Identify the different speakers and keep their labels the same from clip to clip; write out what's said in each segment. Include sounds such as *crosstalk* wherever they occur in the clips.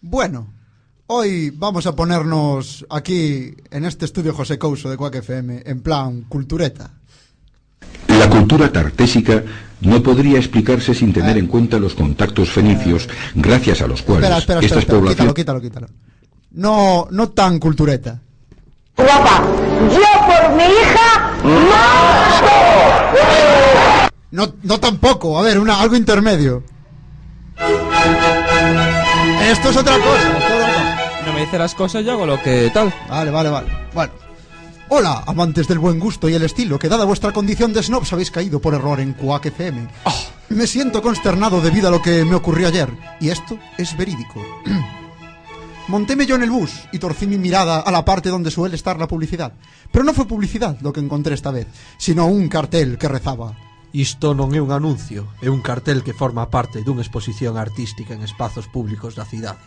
Speaker 1: Bueno, hoy vamos a ponernos aquí en este estudio José Couso de Cuac FM en plan cultureta.
Speaker 2: La cultura tartésica no podría explicarse sin tener en cuenta los contactos fenicios, gracias a los cuales
Speaker 1: Espera, espera, espera,
Speaker 2: estas
Speaker 1: espera,
Speaker 2: poblaciones...
Speaker 1: quítalo, quítalo, quítalo. No, no tan cultureta.
Speaker 3: Guapa, yo por mi hija mato.
Speaker 1: No, no tampoco, a ver, una, algo intermedio. Esto es otra cosa, esto es otra cosa.
Speaker 4: No me dice las cosas, yo hago lo que tal.
Speaker 1: Vale, vale, vale. Bueno. Hola, amantes del buen gusto y el estilo, que dada vuestra condición de snobs habéis caído por error en Quack FM. Me siento consternado debido a lo que me ocurrió ayer, y esto es verídico. *clears throat* Montéme yo en el bus y torcí mi mirada a la parte donde suele estar la publicidad. Pero no fue publicidad lo que encontré esta vez, sino un cartel que rezaba.
Speaker 5: Isto non é un anuncio, é un cartel que forma parte dunha exposición artística en espazos públicos da cidade.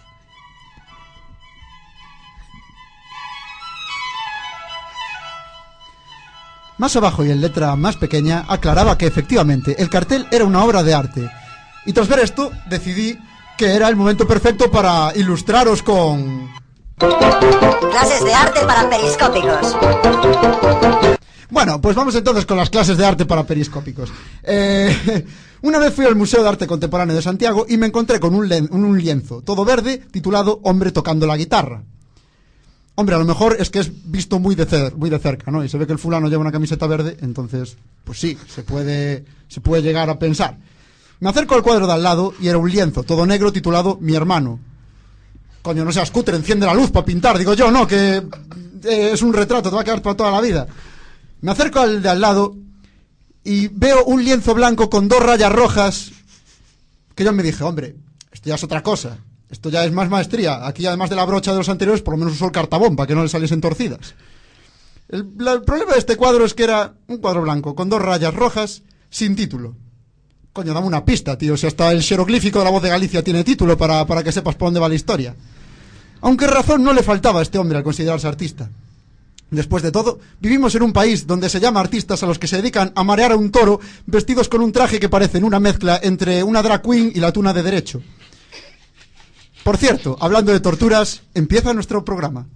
Speaker 1: Más abajo y en letra más pequeña aclaraba que efectivamente el cartel era una obra de arte. Y tras ver esto decidí que era el momento perfecto para ilustraros con...
Speaker 3: Clases de arte para periscópicos.
Speaker 1: Bueno, pues vamos entonces con las clases de arte para periscópicos. Eh, *laughs* una vez fui al Museo de Arte Contemporáneo de Santiago y me encontré con un, len- un- un lienzo, todo verde, titulado Hombre tocando la guitarra. Hombre, a lo mejor es que es visto muy de, cer- muy de cerca, ¿no? Y se ve que el fulano lleva una camiseta verde, entonces, pues sí, se puede, se puede llegar a pensar. Me acerco al cuadro de al lado y era un lienzo, todo negro, titulado Mi hermano. Coño, no seas cutre, enciende la luz para pintar. Digo yo, no, que eh, es un retrato, te va a quedar para toda la vida. Me acerco al de al lado y veo un lienzo blanco con dos rayas rojas que yo me dije, hombre, esto ya es otra cosa. Esto ya es más maestría. Aquí, además de la brocha de los anteriores, por lo menos usó el cartabón para que no le saliesen torcidas. El, la- el problema de este cuadro es que era un cuadro blanco con dos rayas rojas sin título. Coño, dame una pista, tío. Si hasta el jeroglífico de la voz de Galicia tiene título para, para que sepas por dónde va la historia. Aunque razón no le faltaba a este hombre al considerarse artista. Después de todo, vivimos en un país donde se llama artistas a los que se dedican a marear a un toro vestidos con un traje que parecen una mezcla entre una drag queen y la tuna de derecho. Por cierto, hablando de torturas, empieza nuestro programa.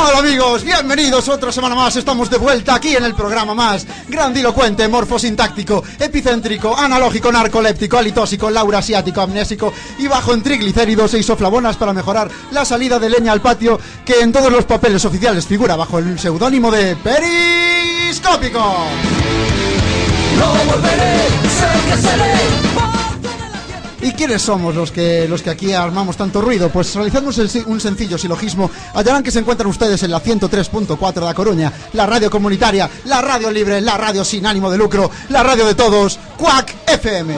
Speaker 1: Hola amigos, bienvenidos otra semana más. Estamos de vuelta aquí en el programa más grandilocuente, morfosintáctico, epicéntrico, analógico, narcoléptico, alitósico, laurasiático, amnésico y bajo en triglicéridos e isoflavonas para mejorar la salida de leña al patio que en todos los papeles oficiales figura bajo el seudónimo de Periscópico. ¿Y quiénes somos los que, los que aquí armamos tanto ruido? Pues realizando un, sen- un sencillo silogismo, hallarán que se encuentran ustedes en la 103.4 de La Coruña, la radio comunitaria, la radio libre, la radio sin ánimo de lucro, la radio de todos, Quack FM.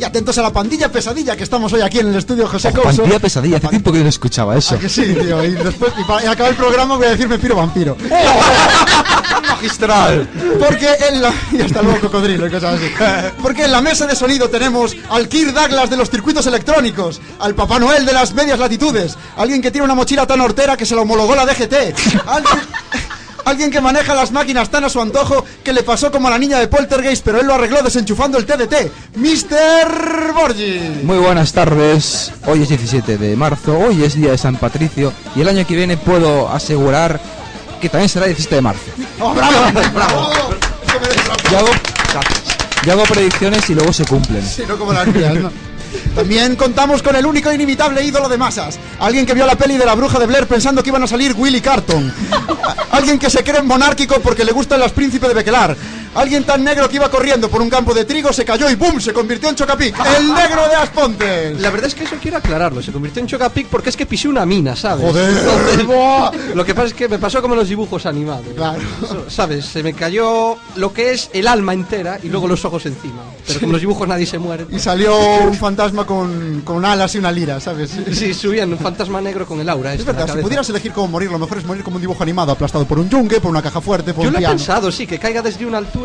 Speaker 1: Y atentos a la pandilla pesadilla que estamos hoy aquí en el estudio José Couso.
Speaker 4: Pantilla pesadilla, hace tiempo que no escuchaba eso.
Speaker 1: ¿A que sí, tío? Y después, y para y acabar el programa voy a decir me piro vampiro.
Speaker 4: Magistral.
Speaker 1: Porque en la... *laughs* Y hasta luego cocodrilo y cosas así. *laughs* Porque en la mesa de sonido tenemos al Kirk Douglas de los circuitos electrónicos, al Papá Noel de las medias latitudes, alguien que tiene una mochila tan hortera que se la homologó la DGT, alguien... *laughs* alguien que maneja las máquinas tan a su antojo que le pasó como a la niña de Poltergeist, pero él lo arregló desenchufando el TDT, Mr. Borgi.
Speaker 4: Muy buenas tardes. Hoy es 17 de marzo, hoy es día de San Patricio y el año que viene puedo asegurar que también será 17 de marzo.
Speaker 1: ¡Oh, *laughs* bravo! ¡Bravo! Es que merece un aplauso.
Speaker 4: Yo hago, yo hago predicciones y luego se cumplen.
Speaker 1: Sí, no como las mías,
Speaker 5: *laughs*
Speaker 1: ¿no? También contamos con el único e inimitable ídolo de masas. Alguien que vio la peli de la bruja de Blair pensando
Speaker 5: *laughs*
Speaker 1: que iban a salir Willy Carton. Alguien que se cree monárquico porque le gustan las príncipes de Bequelar. Alguien tan negro que iba corriendo por un campo de trigo se cayó y ¡bum! se convirtió en Chocapic. ¡El negro de Aspontes!
Speaker 5: La *laughs* verdad es que eso quiero aclararlo. Se convirtió en Chocapic porque es que pisé una mina, ¿sabes?
Speaker 1: Joder.
Speaker 5: Entonces, ¡buah! Lo que pasa es que me pasó como en los dibujos animados.
Speaker 1: Claro.
Speaker 5: Eso, ¿Sabes? Se me cayó lo que es el alma entera y luego los ojos encima. Pero como en los dibujos nadie se muere.
Speaker 1: Y salió un fantasma con, con alas y una lira, ¿sabes?
Speaker 5: Sí, subían un fantasma negro con el aura.
Speaker 1: Es verdad, si pudieras elegir cómo morir, lo mejor es morir como un dibujo animado, aplastado por un yunque, por una caja fuerte, por
Speaker 5: Yo
Speaker 1: un
Speaker 5: lo he
Speaker 1: piano.
Speaker 5: pensado, sí, que caiga desde una altura.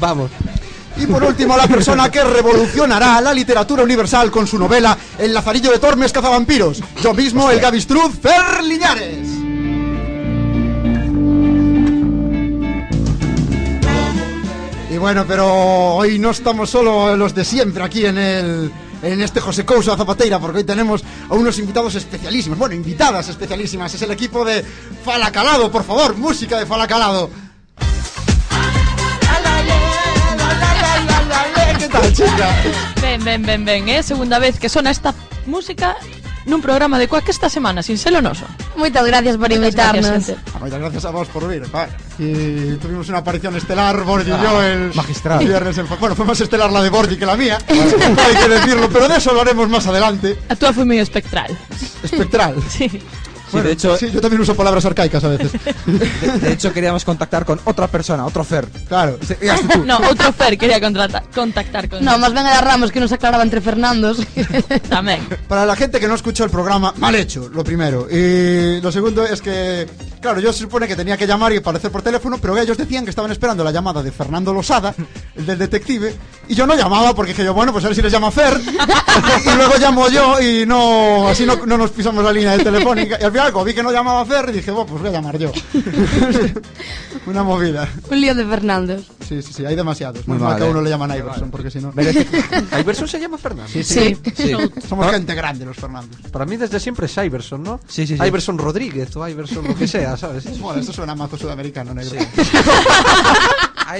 Speaker 5: Vamos.
Speaker 1: Y por último, la persona que revolucionará la literatura universal con su novela El Lazarillo de Tormes Cazavampiros. Yo mismo, el Gavistruz Fer Liñares. Y bueno, pero hoy no estamos solo los de siempre aquí en el. En este José Cousa Zapateira, porque hoy tenemos a unos invitados especialísimos, bueno, invitadas especialísimas. Es el equipo de Falacalado, por favor, música de Falacalado. ¿Qué tal, chica?
Speaker 6: Ven, ven, ven, ven, é eh? segunda vez que sona esta música nun programa de Cuac esta semana, sin selo noso.
Speaker 7: Muchas gracias por invitarnos.
Speaker 1: Ah, Muchas gracias a vos por venir. vale. Y tuvimos una aparición estelar, Bordi y yo, el
Speaker 4: magistral.
Speaker 1: viernes en- Bueno, fue más estelar la de Bordi que la mía, hay que decirlo, pero de eso hablaremos más adelante.
Speaker 6: A túa foi medio espectral.
Speaker 1: Espectral.
Speaker 6: *laughs* Sí.
Speaker 4: Sí, de hecho,
Speaker 1: Sí, yo también uso palabras arcaicas a
Speaker 4: *laughs*
Speaker 1: veces.
Speaker 4: de, de hecho queríamos contactar con otra persona, otro Fer.
Speaker 1: Claro. Sí, y hasta tú.
Speaker 6: No, outro Fer quería contrata- contactar con
Speaker 7: No, más ben era Ramos que nos aclaraba entre Fernandos.
Speaker 6: *laughs*
Speaker 7: *laughs*
Speaker 6: tamén.
Speaker 1: Para la gente que no escuchó el programa, mal hecho, lo primero. Y lo segundo es que, claro, yo se supone que tenía que llamar y aparecer por teléfono, pero ellos decían que estaban esperando la llamada de Fernando Losada, el del detective, y yo no llamaba porque dije yo, bueno, pues a ver si les llama Fer, *laughs* y luego llamo yo y no, así no, no nos pisamos la línea de telefónica. Y al final, como vi que no llamaba Fer, dije, bueno, pues voy a llamar yo. *laughs* Una movida.
Speaker 7: Un lío de Fernandos.
Speaker 1: Sí, sí, sí, hay demasiados.
Speaker 4: Muy
Speaker 1: Muy mal
Speaker 4: mal,
Speaker 1: que a
Speaker 4: eh.
Speaker 1: uno le llaman Iverson, porque si no.
Speaker 5: Iverson se llama Fernando.
Speaker 7: Sí.
Speaker 4: Sí.
Speaker 1: *laughs* Somos gente grande los Fernandos.
Speaker 5: Para mí desde siempre es Iverson, ¿no?
Speaker 4: Sí, sí, sí.
Speaker 5: Iverson Rodríguez o Iverson lo que
Speaker 4: *laughs*
Speaker 5: sea, ¿sabes?
Speaker 1: Bueno, eso suena mazo sudamericano, negro.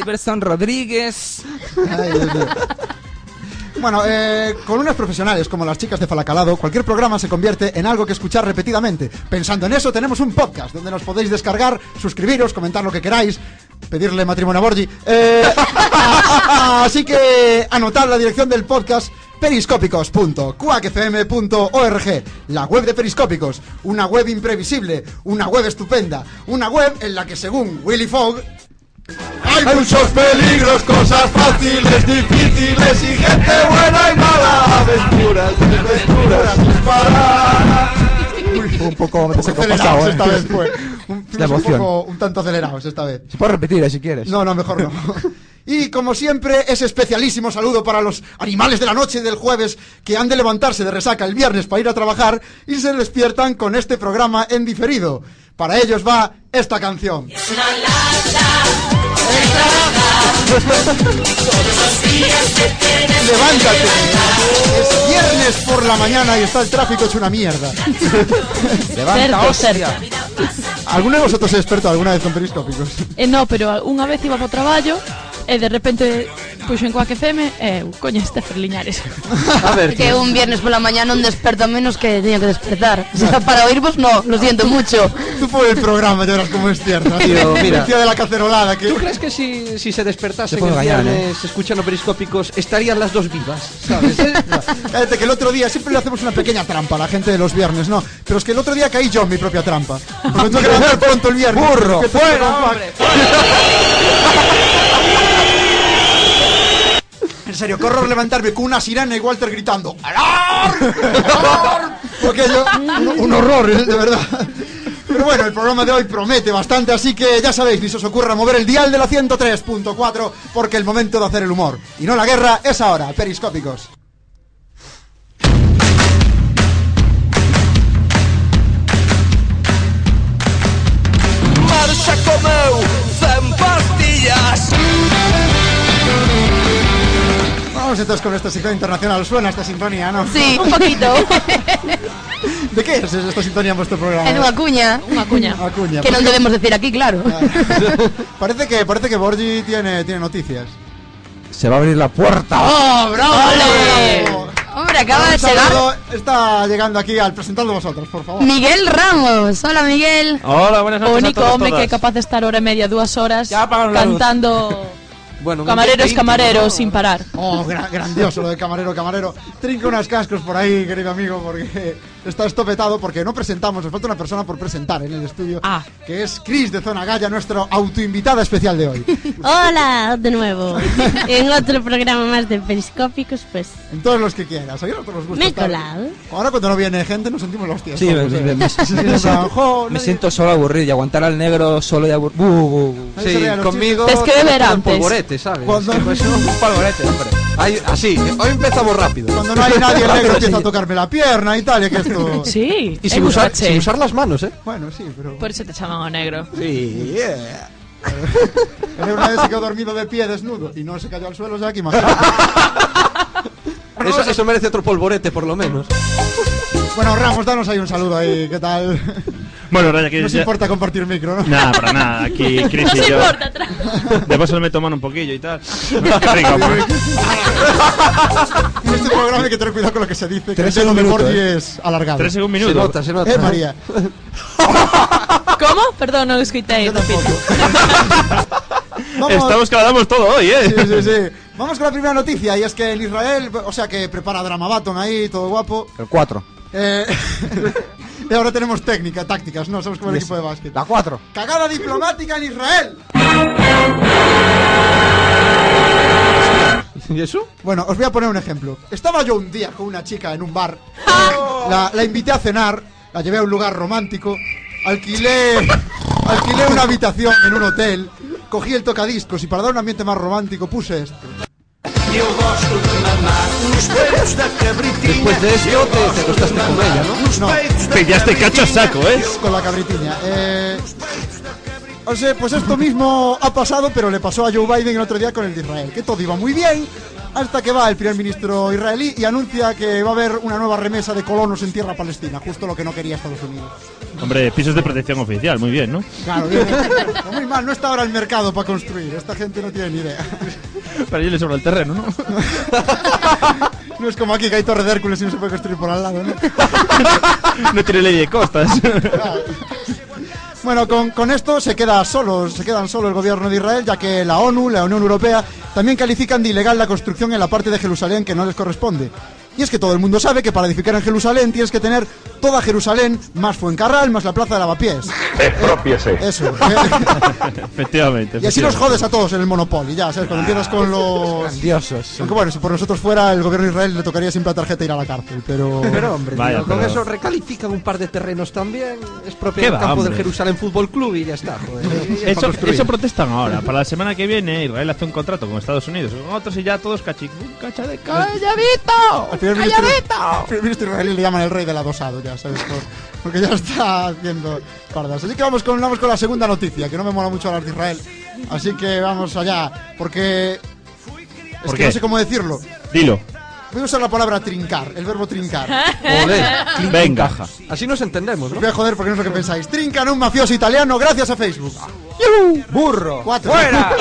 Speaker 4: Iverson Rodríguez.
Speaker 1: Ay, Dios mío. Bueno, eh, con unas profesionales como las chicas de Falacalado, cualquier programa se convierte en algo que escuchar repetidamente. Pensando en eso, tenemos un podcast donde nos podéis descargar, suscribiros, comentar lo que queráis, pedirle matrimonio a Borgi. Eh, *laughs* así que anotad la dirección del podcast periscópicos.cuacfm.org, la web de Periscópicos, una web imprevisible, una web estupenda, una web en la que según Willy Fogg hay muchos peligros, cosas fáciles, difíciles y gente buena y mala. Aventuras, aventuras sin parar.
Speaker 4: Un poco me
Speaker 1: Se
Speaker 4: tengo pasado,
Speaker 1: acelerados esta vez,
Speaker 4: ¿eh?
Speaker 1: fue. Un,
Speaker 4: La
Speaker 1: un
Speaker 4: emoción.
Speaker 1: poco, un tanto acelerados esta vez.
Speaker 4: Se puede repetir eh, si quieres.
Speaker 1: No, no, mejor no. Y como siempre, ese especialísimo saludo para los animales de la noche del jueves que han de levantarse de resaca el viernes para ir a trabajar y se despiertan con este programa en diferido. Para ellos va esta canción. Levántate. Es viernes por la mañana y está el tráfico hecho una mierda.
Speaker 4: Levanta,
Speaker 6: Cerca,
Speaker 4: hostia.
Speaker 1: ¿Alguno de vosotros es experto alguna vez con periscópicos?
Speaker 6: E Eh, no, pero unha vez iba ao traballo e de repente puxo en Cuac FM e eu, coño, este Fer Liñares.
Speaker 5: A
Speaker 4: *laughs*
Speaker 5: ver,
Speaker 7: Que un viernes por la mañana un desperto menos que tenía que despertar. O sea, para oírvos no, lo siento mucho.
Speaker 1: *laughs* Tú por el programa lloras como es cierto.
Speaker 5: Tío, mira.
Speaker 1: El tío de la cacerolada que...
Speaker 5: ¿tú crees que si, si se despertasen
Speaker 4: Se puede ¿eh?
Speaker 5: el
Speaker 4: engañar,
Speaker 5: viernes escuchando periscópicos estarían las dos vivas,
Speaker 4: *laughs*
Speaker 5: ¿sabes? Eh,
Speaker 1: Cállate, que el otro día siempre le hacemos una pequeña trampa a la gente de los viernes, ¿no? Pero es que el otro día caí yo en mi propia trampa. Porque tengo que *laughs* levantar pronto el viernes.
Speaker 4: Burro,
Speaker 1: Que tengo
Speaker 4: fuera,
Speaker 1: que-
Speaker 4: hombre,
Speaker 1: *laughs* En serio, qué horror levantarme con una sirena y Walter gritando ¡Alarm! ¡Alarm! Porque yo... Un, un horror, ¿eh? de verdad. Pero bueno, el programa de hoy promete bastante, así que ya sabéis, ni se os ocurra mover el dial de la 103.4 porque el momento de hacer el humor, y no la guerra, es ahora, periscópicos.
Speaker 8: Marxa comeu 100 pastillas
Speaker 1: Vamos entonces con esta sintonía internacional. ¿Suena esta sintonía, no?
Speaker 7: Sí,
Speaker 6: Un poquito,
Speaker 1: ¿De qué es esta sintonía en vuestro programa?
Speaker 7: *laughs* en unha cuña.
Speaker 6: unha cuña.
Speaker 1: Acuña, pues,
Speaker 7: Que non debemos decir aquí, claro. *laughs*
Speaker 1: *laughs* parece que parece que Borgi tiene, tiene noticias.
Speaker 4: Se va a abrir la puerta.
Speaker 1: ¡Oh, bravo!
Speaker 7: Ole. Hombre, acaba de
Speaker 1: Un
Speaker 7: llegar
Speaker 1: saludo está llegando aquí al presentarlo vosotros, por favor.
Speaker 7: Miguel Ramos. Hola, Miguel.
Speaker 9: Hola, buenas
Speaker 6: O
Speaker 9: noches a
Speaker 6: único
Speaker 9: todos,
Speaker 6: hombre que
Speaker 9: todas.
Speaker 6: é capaz de estar hora e media, dúas horas
Speaker 4: Ya apagaron la luz.
Speaker 6: cantando
Speaker 5: Bueno,
Speaker 6: Camareros,
Speaker 5: 20,
Speaker 6: camareros,
Speaker 5: ¿no?
Speaker 6: sin parar.
Speaker 1: Oh, gra- grandioso lo de camarero, camarero. Trinca unos cascos por ahí, querido amigo, porque está estopetado, porque no presentamos, nos falta una persona por presentar en el estudio,
Speaker 6: Ah.
Speaker 1: que es Chris de Zona Galla, nuestra autoinvitada especial de hoy.
Speaker 7: *laughs*
Speaker 9: Hola de nuevo. en otro programa más de Periscópicos, pues.
Speaker 1: En todos los que quieras. A nosotros nos gusta
Speaker 9: Me he
Speaker 1: estar-
Speaker 9: colado.
Speaker 1: Ahora cuando no viene gente nos sentimos Pues, los tíos.
Speaker 4: Sí, me, me- me-
Speaker 1: *laughs*
Speaker 5: *laughs*
Speaker 4: me- me siento solo aburrido y aguantar al negro solo y aburrido. Uh,
Speaker 1: Ahí se
Speaker 5: Sí,
Speaker 1: vean los
Speaker 5: conmigo.
Speaker 6: chicos. Es que beber
Speaker 5: todo en
Speaker 6: antes.
Speaker 5: Polvorete, ¿sabes?
Speaker 1: Cuando-
Speaker 5: Es que pues, un polvorete, hombre. Ahí, así, hoy empezamos rápido.
Speaker 1: Cuando no hay
Speaker 6: *laughs*
Speaker 5: *laughs*
Speaker 1: nadie, el negro empieza a tocarme la pierna y tal, y que esto...
Speaker 6: Ah, Sí,
Speaker 5: Y sin
Speaker 6: eh,
Speaker 5: usar,
Speaker 6: Urrache.
Speaker 5: sin usar las manos, ¿eh?
Speaker 1: Bueno, sí, pero...
Speaker 6: Por eso te llaman a negro.
Speaker 5: Sí, yeah.
Speaker 1: El negro una vez se quedó dormido de pie, desnudo, y no se cayó al suelo, ya que imagínate.
Speaker 6: *laughs*
Speaker 5: eso, eso merece otro polvorete, por lo menos.
Speaker 1: Bueno, Ramos, danos ahí un saludo ahí, ¿qué tal?
Speaker 10: Bueno, Raya, que
Speaker 1: No os
Speaker 10: ya...
Speaker 1: importa compartir micro, ¿no?
Speaker 10: Nada, para nada. Aquí Chris
Speaker 6: No
Speaker 10: y
Speaker 6: se
Speaker 10: yo.
Speaker 6: importa, tra-
Speaker 10: De paso me toman un poquillo y tal. Qué rico, pues.
Speaker 1: *laughs* En este programa hay que tener cuidado con lo que se dice, que
Speaker 4: Tres
Speaker 1: el
Speaker 4: en un
Speaker 1: de
Speaker 4: minuto,
Speaker 1: Borgi
Speaker 4: ¿eh?
Speaker 1: es alargado.
Speaker 10: Tres en un minuto.
Speaker 5: Se nota, se nota.
Speaker 1: Eh, María,
Speaker 6: ¿Cómo? Perdón, no lo escuché.
Speaker 1: yo
Speaker 6: repito.
Speaker 1: tampoco. Vamos.
Speaker 10: Estamos que la damos todo hoy, ¿eh?
Speaker 1: Sí, sí, sí. Vamos con la primera noticia, y es que en Israel, o sea que prepara Drama Baton ahí, todo guapo.
Speaker 4: El 4.
Speaker 1: Eh, *laughs* y ahora tenemos técnica, tácticas, no, somos como el equipo de básquet.
Speaker 4: La 4.
Speaker 1: Cagada diplomática en Israel.
Speaker 5: ¿Y eso?
Speaker 1: Bueno, os voy a poner un ejemplo. Estaba yo un día con una chica en un bar. La, la invité a cenar, la llevé a un lugar romántico, alquilé, alquilé una habitación en un hotel, cogí el tocadiscos y para dar un ambiente más romántico puse esto.
Speaker 5: Después de eso te, te acostaste con ella, ¿no?
Speaker 1: No,
Speaker 10: *laughs* Te ya este cacho a saco, ¿eh?
Speaker 1: con la cabritiña. Eh, o sea, pues esto mismo ha pasado, pero le pasó a Joe Biden el otro día con el de Israel. Que todo iba muy bien, hasta que va el primer ministro israelí y anuncia que va a haber una nueva remesa de colonos en tierra palestina, justo lo que no quería Estados Unidos.
Speaker 10: Hombre, pisos de protección oficial, muy bien, ¿no?
Speaker 1: Claro, bien, bien. muy mal, no está ahora el mercado para construir, esta gente no tiene ni idea.
Speaker 10: Para irle sobre el terreno, ¿no?
Speaker 1: No es como aquí que hay torre de Hércules y no se puede construir por al lado, ¿no?
Speaker 10: *laughs* No tiene ley de costas.
Speaker 1: Bueno, con, con esto se queda solo, se quedan solo el gobierno de Israel, ya que la ONU, la Unión Europea, también califican de ilegal la construcción en la parte de Jerusalén que no les corresponde. Y es que todo el mundo sabe que para edificar en Jerusalén tienes que tener toda Jerusalén, más Fuencarral, más la Plaza de Lavapiés.
Speaker 2: Expropiese.
Speaker 1: Eso.
Speaker 10: Efectivamente.
Speaker 1: y así nos
Speaker 10: efectivamente.
Speaker 1: jodes a todos en el Monopoly, ya, ¿sabes? Cuando empiezas con los...
Speaker 5: Grandiosos.
Speaker 1: Aunque bueno, si por nosotros fuera, el gobierno de Israel le tocaría siempre la tarjeta e ir a la cárcel, pero...
Speaker 5: Pero hombre,
Speaker 10: Vaya,
Speaker 5: tío, con
Speaker 10: pero-
Speaker 5: eso recalifican un par de terrenos también. Es
Speaker 10: ¿Qué
Speaker 5: propio del
Speaker 10: va,
Speaker 5: campo del
Speaker 10: hombre?
Speaker 5: Jerusalén Fútbol Club y ya está. Joder.
Speaker 10: Eso,
Speaker 5: Para construir.
Speaker 10: eso protestan ahora. Para la semana que viene, Israel hace un contrato con Estados Unidos, con otros y ya todos cachi... ¡Cacha de
Speaker 1: Al
Speaker 10: calladito!
Speaker 1: primer ministro,
Speaker 10: ¡Calladito!
Speaker 1: al primer ministro israelí le llaman el rey del adosado, ya sabes. por- porque ya está haciendo pardas. Así que vamos con, vamos con la segunda noticia, que no me mola mucho hablar de Israel. Así que vamos allá, porque. Es
Speaker 10: ¿Por
Speaker 1: que
Speaker 10: qué?
Speaker 1: no sé cómo decirlo.
Speaker 10: Dilo.
Speaker 1: Voy a usar la palabra trincar, el verbo
Speaker 5: ¿Eh?
Speaker 1: trincar.
Speaker 5: Joder.
Speaker 10: Venga.
Speaker 5: Así nos entendemos,
Speaker 1: Os
Speaker 5: ¿no?
Speaker 1: voy a joder porque no es lo que pensáis. Trincan a un mafioso italiano gracias a Facebook.
Speaker 5: Burro.
Speaker 1: Cuatro.
Speaker 5: ¡Fuera!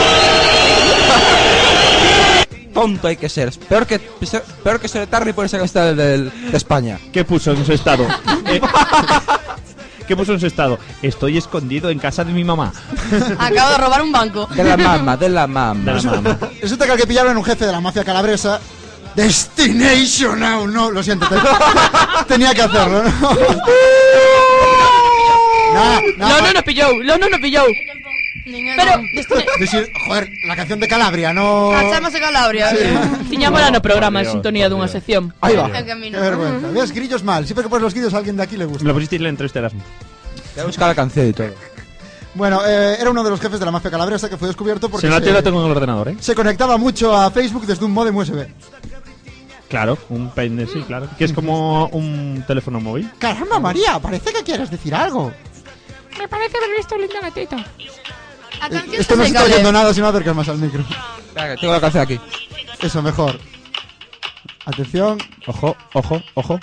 Speaker 4: Tonto hay que ser. Peor que, peor que ser Tarri por esa gastada de España.
Speaker 10: ¿Qué puso en su estado? Eh, *laughs* ¿Qué puso en su estado? Estoy escondido en casa de mi mamá.
Speaker 7: Acabo de robar un banco.
Speaker 4: De la mama, de la
Speaker 10: De
Speaker 4: mama.
Speaker 10: la mamá. *laughs*
Speaker 1: Resulta que al que pillaron era un jefe de la mafia calabresa. Destination Now, no, lo siento. te- *laughs* Tenía que hacerlo, ¿no? No,
Speaker 6: No, no, no pilló. No, no, no pilló. Pero, este,
Speaker 1: Decir, joder, la canción de Calabria, no.
Speaker 7: Cachamos a Calabria.
Speaker 6: tiñámola no programa en
Speaker 10: Por Dios,
Speaker 6: sintonía
Speaker 10: por
Speaker 6: dunha
Speaker 10: Dios.
Speaker 6: sección.
Speaker 1: Ahí va.
Speaker 7: El
Speaker 1: Qué
Speaker 7: camino.
Speaker 1: vergüenza. ¿Ves? Grillos mal. Siempre que pones los grillos a alguien de aquí le
Speaker 10: Me
Speaker 1: gusta.
Speaker 10: lo pusisteis en la entrevista de Erasmus.
Speaker 4: Voy a buscar la canción y todo.
Speaker 1: Bueno, eh, era uno de los jefes de la mafia calabresa que fue descubierto porque
Speaker 10: Se la
Speaker 1: se,
Speaker 10: lo tengo en el ordenador, ¿eh?
Speaker 1: se conectaba mucho a Facebook desde un modem USB.
Speaker 10: Claro, un pendrive, sí, claro. Que es como un teléfono móvil.
Speaker 1: Caramba, María, parece que quieres decir algo.
Speaker 6: Me parece haber visto linda la teta.
Speaker 7: La
Speaker 1: Eh,
Speaker 7: canción
Speaker 1: Esto no
Speaker 7: se
Speaker 1: se está
Speaker 7: cable.
Speaker 1: oyendo nada si no acercas más al micro.
Speaker 4: Venga, tengo la canción aquí.
Speaker 1: Eso, mejor. Atención.
Speaker 10: Ojo, ojo, ojo.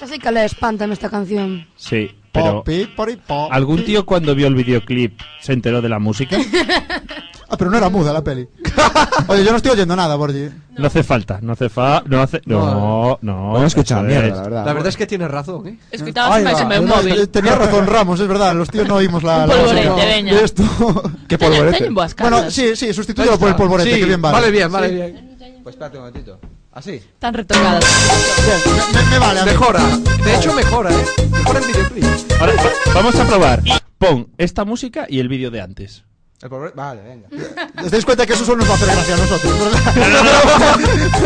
Speaker 7: Ya sé que le espanta esta canción.
Speaker 10: Sí, pero.
Speaker 1: Popi, pori, pop.
Speaker 10: ¿Algún tío cuando vio el videoclip se enteró de la música?
Speaker 1: Ah, pero no era muda la peli. Oye, yo no estoy oyendo nada, Borgi.
Speaker 10: No hace falta, no hace fa... No hace... No, no.
Speaker 4: Bueno, escucha,
Speaker 10: eso
Speaker 4: mierda,
Speaker 10: es.
Speaker 4: la verdad.
Speaker 5: La verdad es que tienes razón, ¿eh?
Speaker 6: Escoitaba
Speaker 1: Ahí
Speaker 6: máis
Speaker 1: va.
Speaker 6: o meu
Speaker 1: Además, eh,
Speaker 6: móvil.
Speaker 1: Tenía razón Ramos, es verdad. Los tíos no oímos la.
Speaker 6: Un
Speaker 1: la
Speaker 6: polvorete,
Speaker 1: música
Speaker 6: veña.
Speaker 1: de esto.
Speaker 4: Qué
Speaker 6: Teñen,
Speaker 4: polvorete.
Speaker 6: teñen boas cartas.
Speaker 1: bueno, sí, sí, sustituyelo por el polvorete,
Speaker 5: Sí,
Speaker 1: que bien vale.
Speaker 5: Vale bien, vale bien.
Speaker 4: Pues espérate un momentito. Así.
Speaker 6: Tan retocadas.
Speaker 1: Bien, me, me- me vale. a mí.
Speaker 5: Mejora. De hecho, mejora, ¿eh? Mejora el videoclip.
Speaker 10: Ahora, vamos a probar. Pon esta música y el vídeo de antes.
Speaker 4: El polvorete. Vale, venga.
Speaker 1: ¿Os dais cuenta que eso solo nos va a hacer gracia a nosotros? ¿verdad?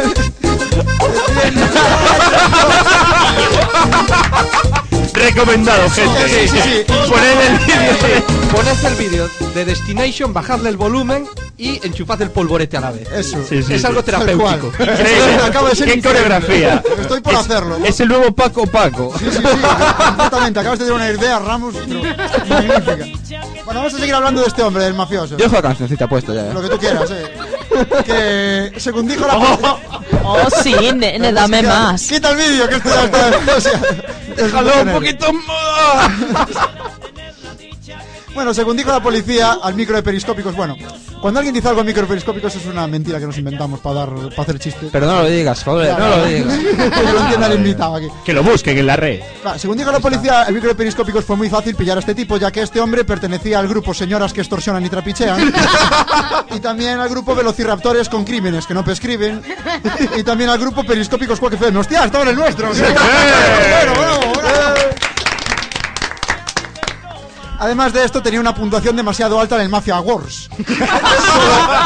Speaker 10: Recomendado, gente.
Speaker 1: Sí, sí, sí.
Speaker 10: Poned el vídeo.
Speaker 5: *laughs* Poned el vídeo de Destination, bajadle el volumen y enchufad el polvorete a la vez.
Speaker 1: Eso.
Speaker 10: Sí, sí,
Speaker 5: es
Speaker 10: sí.
Speaker 5: algo
Speaker 1: Tal
Speaker 5: terapéutico.
Speaker 1: cual.
Speaker 10: Increíble.
Speaker 1: Acaba de ser
Speaker 10: Qué
Speaker 1: increíble.
Speaker 10: coreografía.
Speaker 1: Estoy por
Speaker 10: Es-
Speaker 1: hacerlo.
Speaker 10: Es el nuevo Paco Paco.
Speaker 1: Sí, sí, sí, completamente. Acabas de tener una idea, Ramos. pero magnífica. Bueno, vamos a seguir hablando de este hombre, del mafioso.
Speaker 4: Yo dejo la cancioncita puesta ya.
Speaker 1: Lo
Speaker 4: eh.
Speaker 1: que tú quieras, eh. Que, según dijo la.
Speaker 6: Oh, sí, ne, ne dame
Speaker 1: Quita-
Speaker 6: más.
Speaker 1: Quita el vídeo, que esto ya
Speaker 6: *laughs*
Speaker 1: está. o sea,
Speaker 10: Déjalo un
Speaker 1: es
Speaker 10: poquito más.
Speaker 1: Bueno, según dijo la policía, al micro de periscópicos. Bueno, cuando alguien dice algo al micro de periscópicos, es una mentira que nos inventamos para, dar, para hacer chistes.
Speaker 4: Pero no lo digas, joder, no lo *laughs*
Speaker 1: *laughs*
Speaker 4: digas.
Speaker 1: Que lo entienda el invitado aquí.
Speaker 10: Que lo busquen en la red.
Speaker 1: Claro, según dijo la policía, el micro de periscópicos fue muy fácil pillar a este tipo, ya que este hombre pertenecía al grupo Señoras que extorsionan y trapichean. y también al grupo Velociraptores con crímenes que no prescriben. y también al grupo Periscópicos Cuac FM. ¡Hostia, estaba en el nuestro! Bueno, bravo, bravo. Además de esto, tenía una puntuación demasiado alta en el Mafia Wars.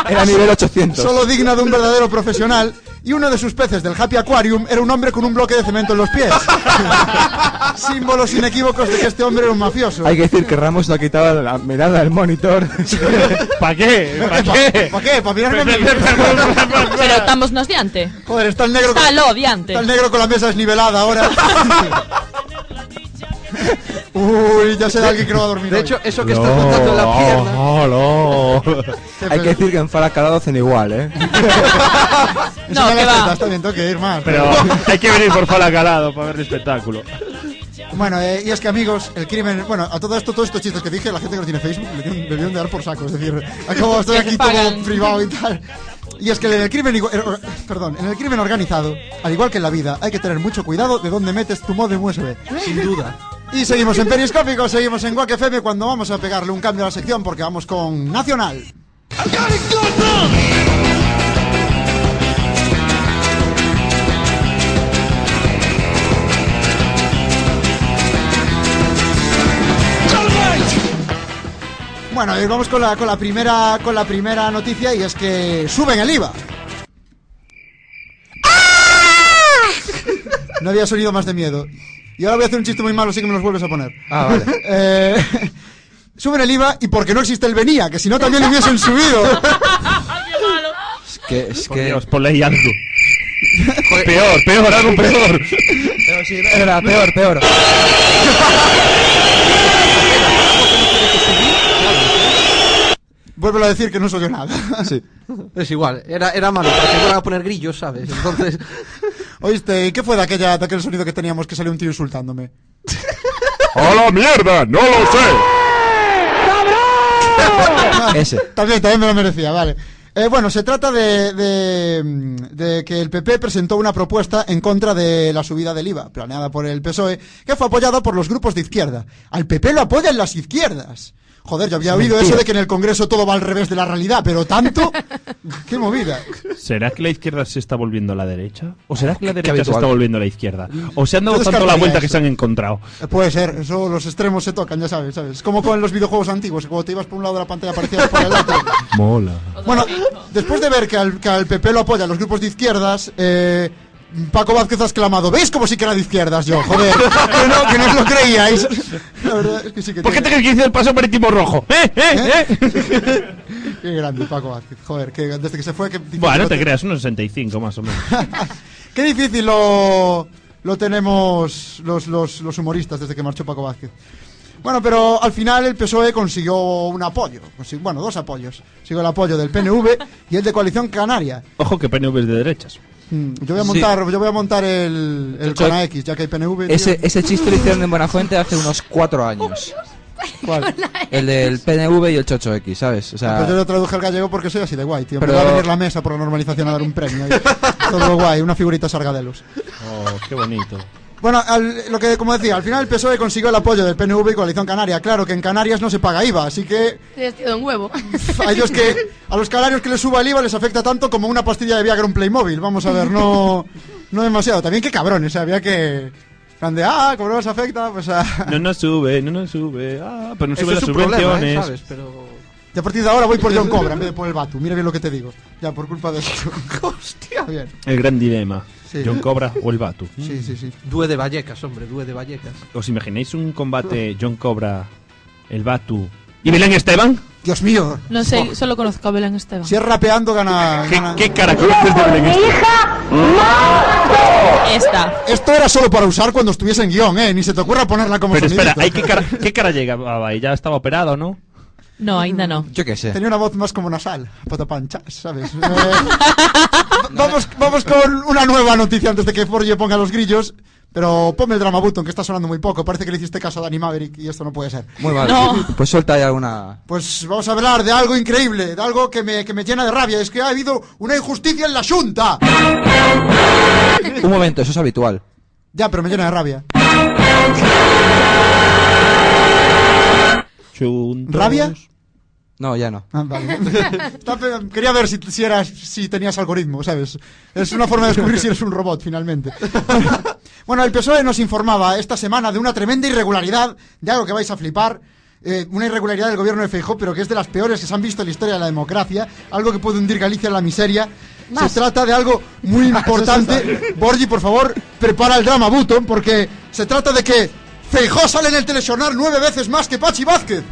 Speaker 4: Era nivel 800.
Speaker 1: solo digna de un verdadero profesional, y uno de sus peces del Happy Aquarium era un hombre con un bloque de cemento en
Speaker 10: *laughs*
Speaker 1: los pies. Símbolos inequívocos de que este hombre era un mafioso.
Speaker 4: *laughs* Hay que decir que Ramos no ha quitado la mirada del monitor. *laughs*
Speaker 10: ¿Para qué? ¿Para
Speaker 1: ¿Para
Speaker 10: qué?
Speaker 1: pa qué? ¿Para mirarme
Speaker 10: *laughs*
Speaker 1: a mí?
Speaker 6: Pero estamos nos diante.
Speaker 1: Joder, está el negro con,
Speaker 6: Está lo diante.
Speaker 1: está el negro con la mesa
Speaker 10: *laughs*
Speaker 1: desnivelada ahora. Uy, ya será alguien que no va a dormir
Speaker 5: De
Speaker 1: hoy.
Speaker 5: hecho, eso que estás notando en
Speaker 10: Oh,
Speaker 5: la pierna.
Speaker 10: no, no.
Speaker 1: Se
Speaker 4: Hay que
Speaker 1: me-
Speaker 4: decir que en Fara cada hacen igual, ¿eh?
Speaker 1: se
Speaker 6: No,
Speaker 1: me
Speaker 6: que
Speaker 1: las
Speaker 6: va.
Speaker 1: tetas, también tengo que ir más.
Speaker 10: Pero hay que venir por Falacalado para ver el espectáculo.
Speaker 1: Bueno, eh, y es que amigos, el crimen. Bueno, a todo esto, todos estos chistes que dije, la gente que no tiene Facebook le dieron, le dieron de dar por saco. Es decir, acabo estoy
Speaker 6: Que se
Speaker 1: aquí
Speaker 6: pagan.
Speaker 1: todo privado y tal. Y es que en el crimen, igu- er- perdón, en el crimen organizado, al igual que en la vida, hay que tener mucho cuidado de dónde metes tu modem USB.
Speaker 5: Sin duda.
Speaker 1: Y seguimos en Periscópico, seguimos en Guac FM cuando vamos a pegarle un cambio a la sección porque vamos con Nacional. Bueno, y vamos con la, con la primera con la primera noticia y es que suben el IVA.
Speaker 4: ¡Ah!
Speaker 1: No había sonido más de miedo. Y ahora voy a hacer un chiste muy malo, así que me los vuelves a poner.
Speaker 4: Ah, vale.
Speaker 1: *laughs* Eh, suben el IVA y porque no existe el venía, que si no también lo hubiesen subido.
Speaker 4: Es que, es
Speaker 10: Por
Speaker 1: Eh.
Speaker 4: que.
Speaker 10: Dios, ponle ahí algo.
Speaker 1: *laughs*
Speaker 10: Peor, peor, algo peor.
Speaker 4: Pero sí, es verdad, peor, peor.
Speaker 1: Vuelvo a decir que no soy yo nada.
Speaker 4: Sí.
Speaker 5: Es igual, era, era malo, porque iban a poner grillos, ¿sabes?
Speaker 4: *laughs*
Speaker 5: Entonces,
Speaker 1: Oíste, ¿y qué fue de, aquella, de aquel sonido que teníamos que salió un tío insultándome?
Speaker 2: ¡A la mierda! ¡No lo sé!
Speaker 4: Ese.
Speaker 1: También, también me lo merecía, vale. Eh, bueno, se trata de, de, mm, de que el PP presentó una propuesta en contra de la subida del IVA, planeada por el PSOE, E, que fue apoyada por los grupos de izquierda. Al PP lo apoyan las izquierdas. Joder, yo había oído eso de que en el Congreso todo va al revés de la realidad, pero tanto... ¡Qué movida!
Speaker 10: ¿Será que la izquierda se está volviendo a la derecha? ¿O será que la derecha se
Speaker 4: habitual.
Speaker 10: está volviendo a la izquierda? ¿O se han dado
Speaker 1: Yo
Speaker 10: tanto la
Speaker 1: descartaría
Speaker 10: vuelta que
Speaker 1: eso.
Speaker 10: se han encontrado?
Speaker 1: Eh, Puede ser, eso los extremos se tocan, ya sabes, ¿sabes? Como con los videojuegos antiguos, que cuando te ibas por un lado de la pantalla aparecías por el otro.
Speaker 10: Mola.
Speaker 1: Bueno, después de ver que al, que al PP lo apoyan los grupos de izquierdas, eh, Paco Vázquez ha exclamado, ¿veis como sí que era de izquierdas yo? Joder, que no, que no os lo creíais. La verdad es que sí que
Speaker 10: ¿Por qué
Speaker 1: tiene-
Speaker 10: tenéis que decir el paso marítimo rojo? ¿Eh? ¿Eh? ¿Eh?
Speaker 1: Qué grande Paco Vázquez, joder, que desde que se fue... Que difícil
Speaker 10: Bueno,
Speaker 1: lo
Speaker 10: no te
Speaker 1: te-
Speaker 10: creas, unos 65 más o menos.
Speaker 1: Qué difícil lo, lo tenemos los, los, los humoristas desde que marchó Paco Vázquez. Bueno, pero al final el PSOE E consiguió un apoyo, consi- bueno, dos apoyos. Consiguió el apoyo del PNV y el de Coalición Canaria.
Speaker 10: Ojo que PNV es de derechas.
Speaker 1: Mm, Yo voy a montar, yo voy a montar el, el
Speaker 4: Yo-
Speaker 1: Cona X, ya que hay PNV. tío.
Speaker 4: Ese, ese chiste lo hicieron en Buenafuente hace unos cuatro años.
Speaker 1: ¿Cuál?
Speaker 4: El del PNV y el Chocho X, ¿sabes? O
Speaker 1: Pues yo
Speaker 4: sea,
Speaker 1: lo traduje al gallego porque soy así de guay, tío.
Speaker 4: Pero-
Speaker 1: Me va a venir la mesa por la normalización a dar un premio. ahí. Todo lo guay, una figurita sargadelos.
Speaker 10: Oh, qué bonito.
Speaker 1: Bueno, al- lo que como decía, al final el PSOE E consiguió el apoyo del PNV y Coalición Canaria. Claro que en Canarias no se paga IVA, así que
Speaker 7: Te has tirado un *laughs* huevo.
Speaker 1: a ellos que a los canarios que les suba el IVA les afecta tanto como una pastilla de Viagra o un Playmobil. Vamos a ver, no no demasiado. También qué cabrones, ¿eh? había que plan de ah, como no les afecta, pues ah.
Speaker 10: No nos sube, no nos sube. Ah, pero nos
Speaker 5: Ese
Speaker 10: sube
Speaker 5: es
Speaker 10: las
Speaker 5: su problema, ¿eh?
Speaker 10: subvenciones.
Speaker 5: ¿sabes? Pero...
Speaker 1: Y a partir de ahora voy
Speaker 10: *laughs*
Speaker 1: por John Cobra en vez de por el Batu. Mira bien lo que te digo. Ya por culpa de esto. Hostia, bien.
Speaker 10: El gran dilema.
Speaker 1: Sí.
Speaker 10: John Cobra o el Batu.
Speaker 1: Sí, sí, sí.
Speaker 5: Due de Vallecas, hombre, due de Vallecas.
Speaker 10: ¿Os imagináis un combate John Cobra, el Batu y Belén Esteban?
Speaker 1: Dios mío.
Speaker 6: No sé, solo conozco a Belén Esteban.
Speaker 1: Si es rapeando gana,
Speaker 10: ¿Qué,
Speaker 1: gana-
Speaker 10: qué caracoles de Belén Esteban?
Speaker 6: Esta.
Speaker 1: Esto era solo para usar cuando estuviese en guión, eh, ni se te ocurra ponerla como
Speaker 10: Pero espera,
Speaker 1: sonidito.
Speaker 10: ¿hay qué, cara, ¿qué cara llegaba? ¿Ya estaba operado, no?
Speaker 6: No, ainda no.
Speaker 4: yo qué
Speaker 10: eh.
Speaker 4: sé.
Speaker 1: Tenía una voz más como nasal, patapanchas,
Speaker 10: *laughs*
Speaker 1: ¿sabes? Eh, vamos, vamos con una nueva noticia antes de que Forge ponga los grillos. Pero ponme el drama Button, que está sonando muy poco. Parece que le hiciste caso a Danny Maverick y esto no puede ser.
Speaker 4: Muy mal.
Speaker 6: No.
Speaker 4: Pues suelta ahí alguna.
Speaker 1: Pues vamos a hablar de algo increíble, de algo que me, que me llena de rabia. Es que ha habido una injusticia en la Junta.
Speaker 4: Un momento, eso es habitual.
Speaker 1: Ya, pero me llena de rabia.
Speaker 10: Chuntos.
Speaker 1: ¿Rabia?
Speaker 4: No, ya no.
Speaker 1: Ah, vale. Está pe- Quería ver si, si, eras, si tenías algoritmo, ¿sabes? Es una forma de descubrir si eres un robot, finalmente. *laughs* Bueno, el PSOE E nos informaba esta semana de una tremenda irregularidad, de algo que vais a flipar. eh, una irregularidad del gobierno de Feijóo, pero que es de las peores que se han visto en la historia de la democracia. Algo que puede hundir Galicia en la miseria. Se trata de algo muy importante. Borgi, por favor, prepara el drama Button, porque se trata de que Feijóo sale en el telesonar nueve veces más que Pachi Vázquez.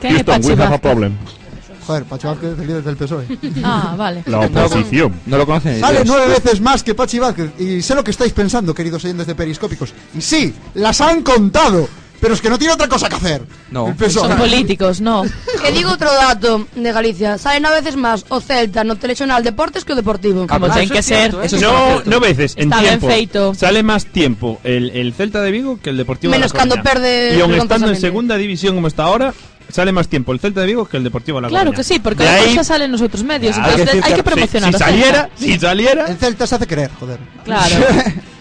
Speaker 6: ¿Qué es Pachi Vázquez?
Speaker 10: problem.
Speaker 1: Joder, Pachi Vázquez es el líder del PSOE.
Speaker 6: Ah, vale.
Speaker 10: La oposición.
Speaker 4: No lo conocen. ni
Speaker 1: Sale
Speaker 4: Dios.
Speaker 1: nueve veces más que Pachi Vázquez. Y sé lo que estáis pensando, queridos oyentes de Periscópicos. Y sí, las han contado. Pero es que no tiene otra cosa que hacer.
Speaker 4: No.
Speaker 1: El PSOE.
Speaker 6: Son políticos, no.
Speaker 7: Que digo otro dato de Galicia. Salen a veces más o Celta no telexional Deportes que o Deportivo.
Speaker 6: Como
Speaker 4: Ah,
Speaker 6: ten
Speaker 4: eso
Speaker 6: que
Speaker 4: es cierto,
Speaker 6: ser.
Speaker 4: ¿eh? Eso es
Speaker 10: No,
Speaker 4: cierto.
Speaker 10: no veces, en
Speaker 6: Está bien
Speaker 10: tiempo.
Speaker 6: feito.
Speaker 10: Sale más tiempo el, el Celta de Vigo que el Deportivo
Speaker 7: Menos
Speaker 10: de la Coruña.
Speaker 7: cuando pierde
Speaker 10: Y aun estando en
Speaker 7: vergonzosamente.
Speaker 10: segunda división como está ahora, sale más tiempo el Celta de Vigo que el Deportivo de la
Speaker 6: Claro
Speaker 10: Coruña.
Speaker 6: que sí, porque
Speaker 10: De
Speaker 6: la
Speaker 10: ahí-
Speaker 6: cosa sale en los otros medios.
Speaker 10: Ya,
Speaker 6: entonces hay que
Speaker 10: Si-
Speaker 6: promocionar.
Speaker 10: Si,
Speaker 6: a Celta.
Speaker 10: saliera, si saliera.
Speaker 1: El Celta se hace creer, joder.
Speaker 4: Pues
Speaker 6: Claro.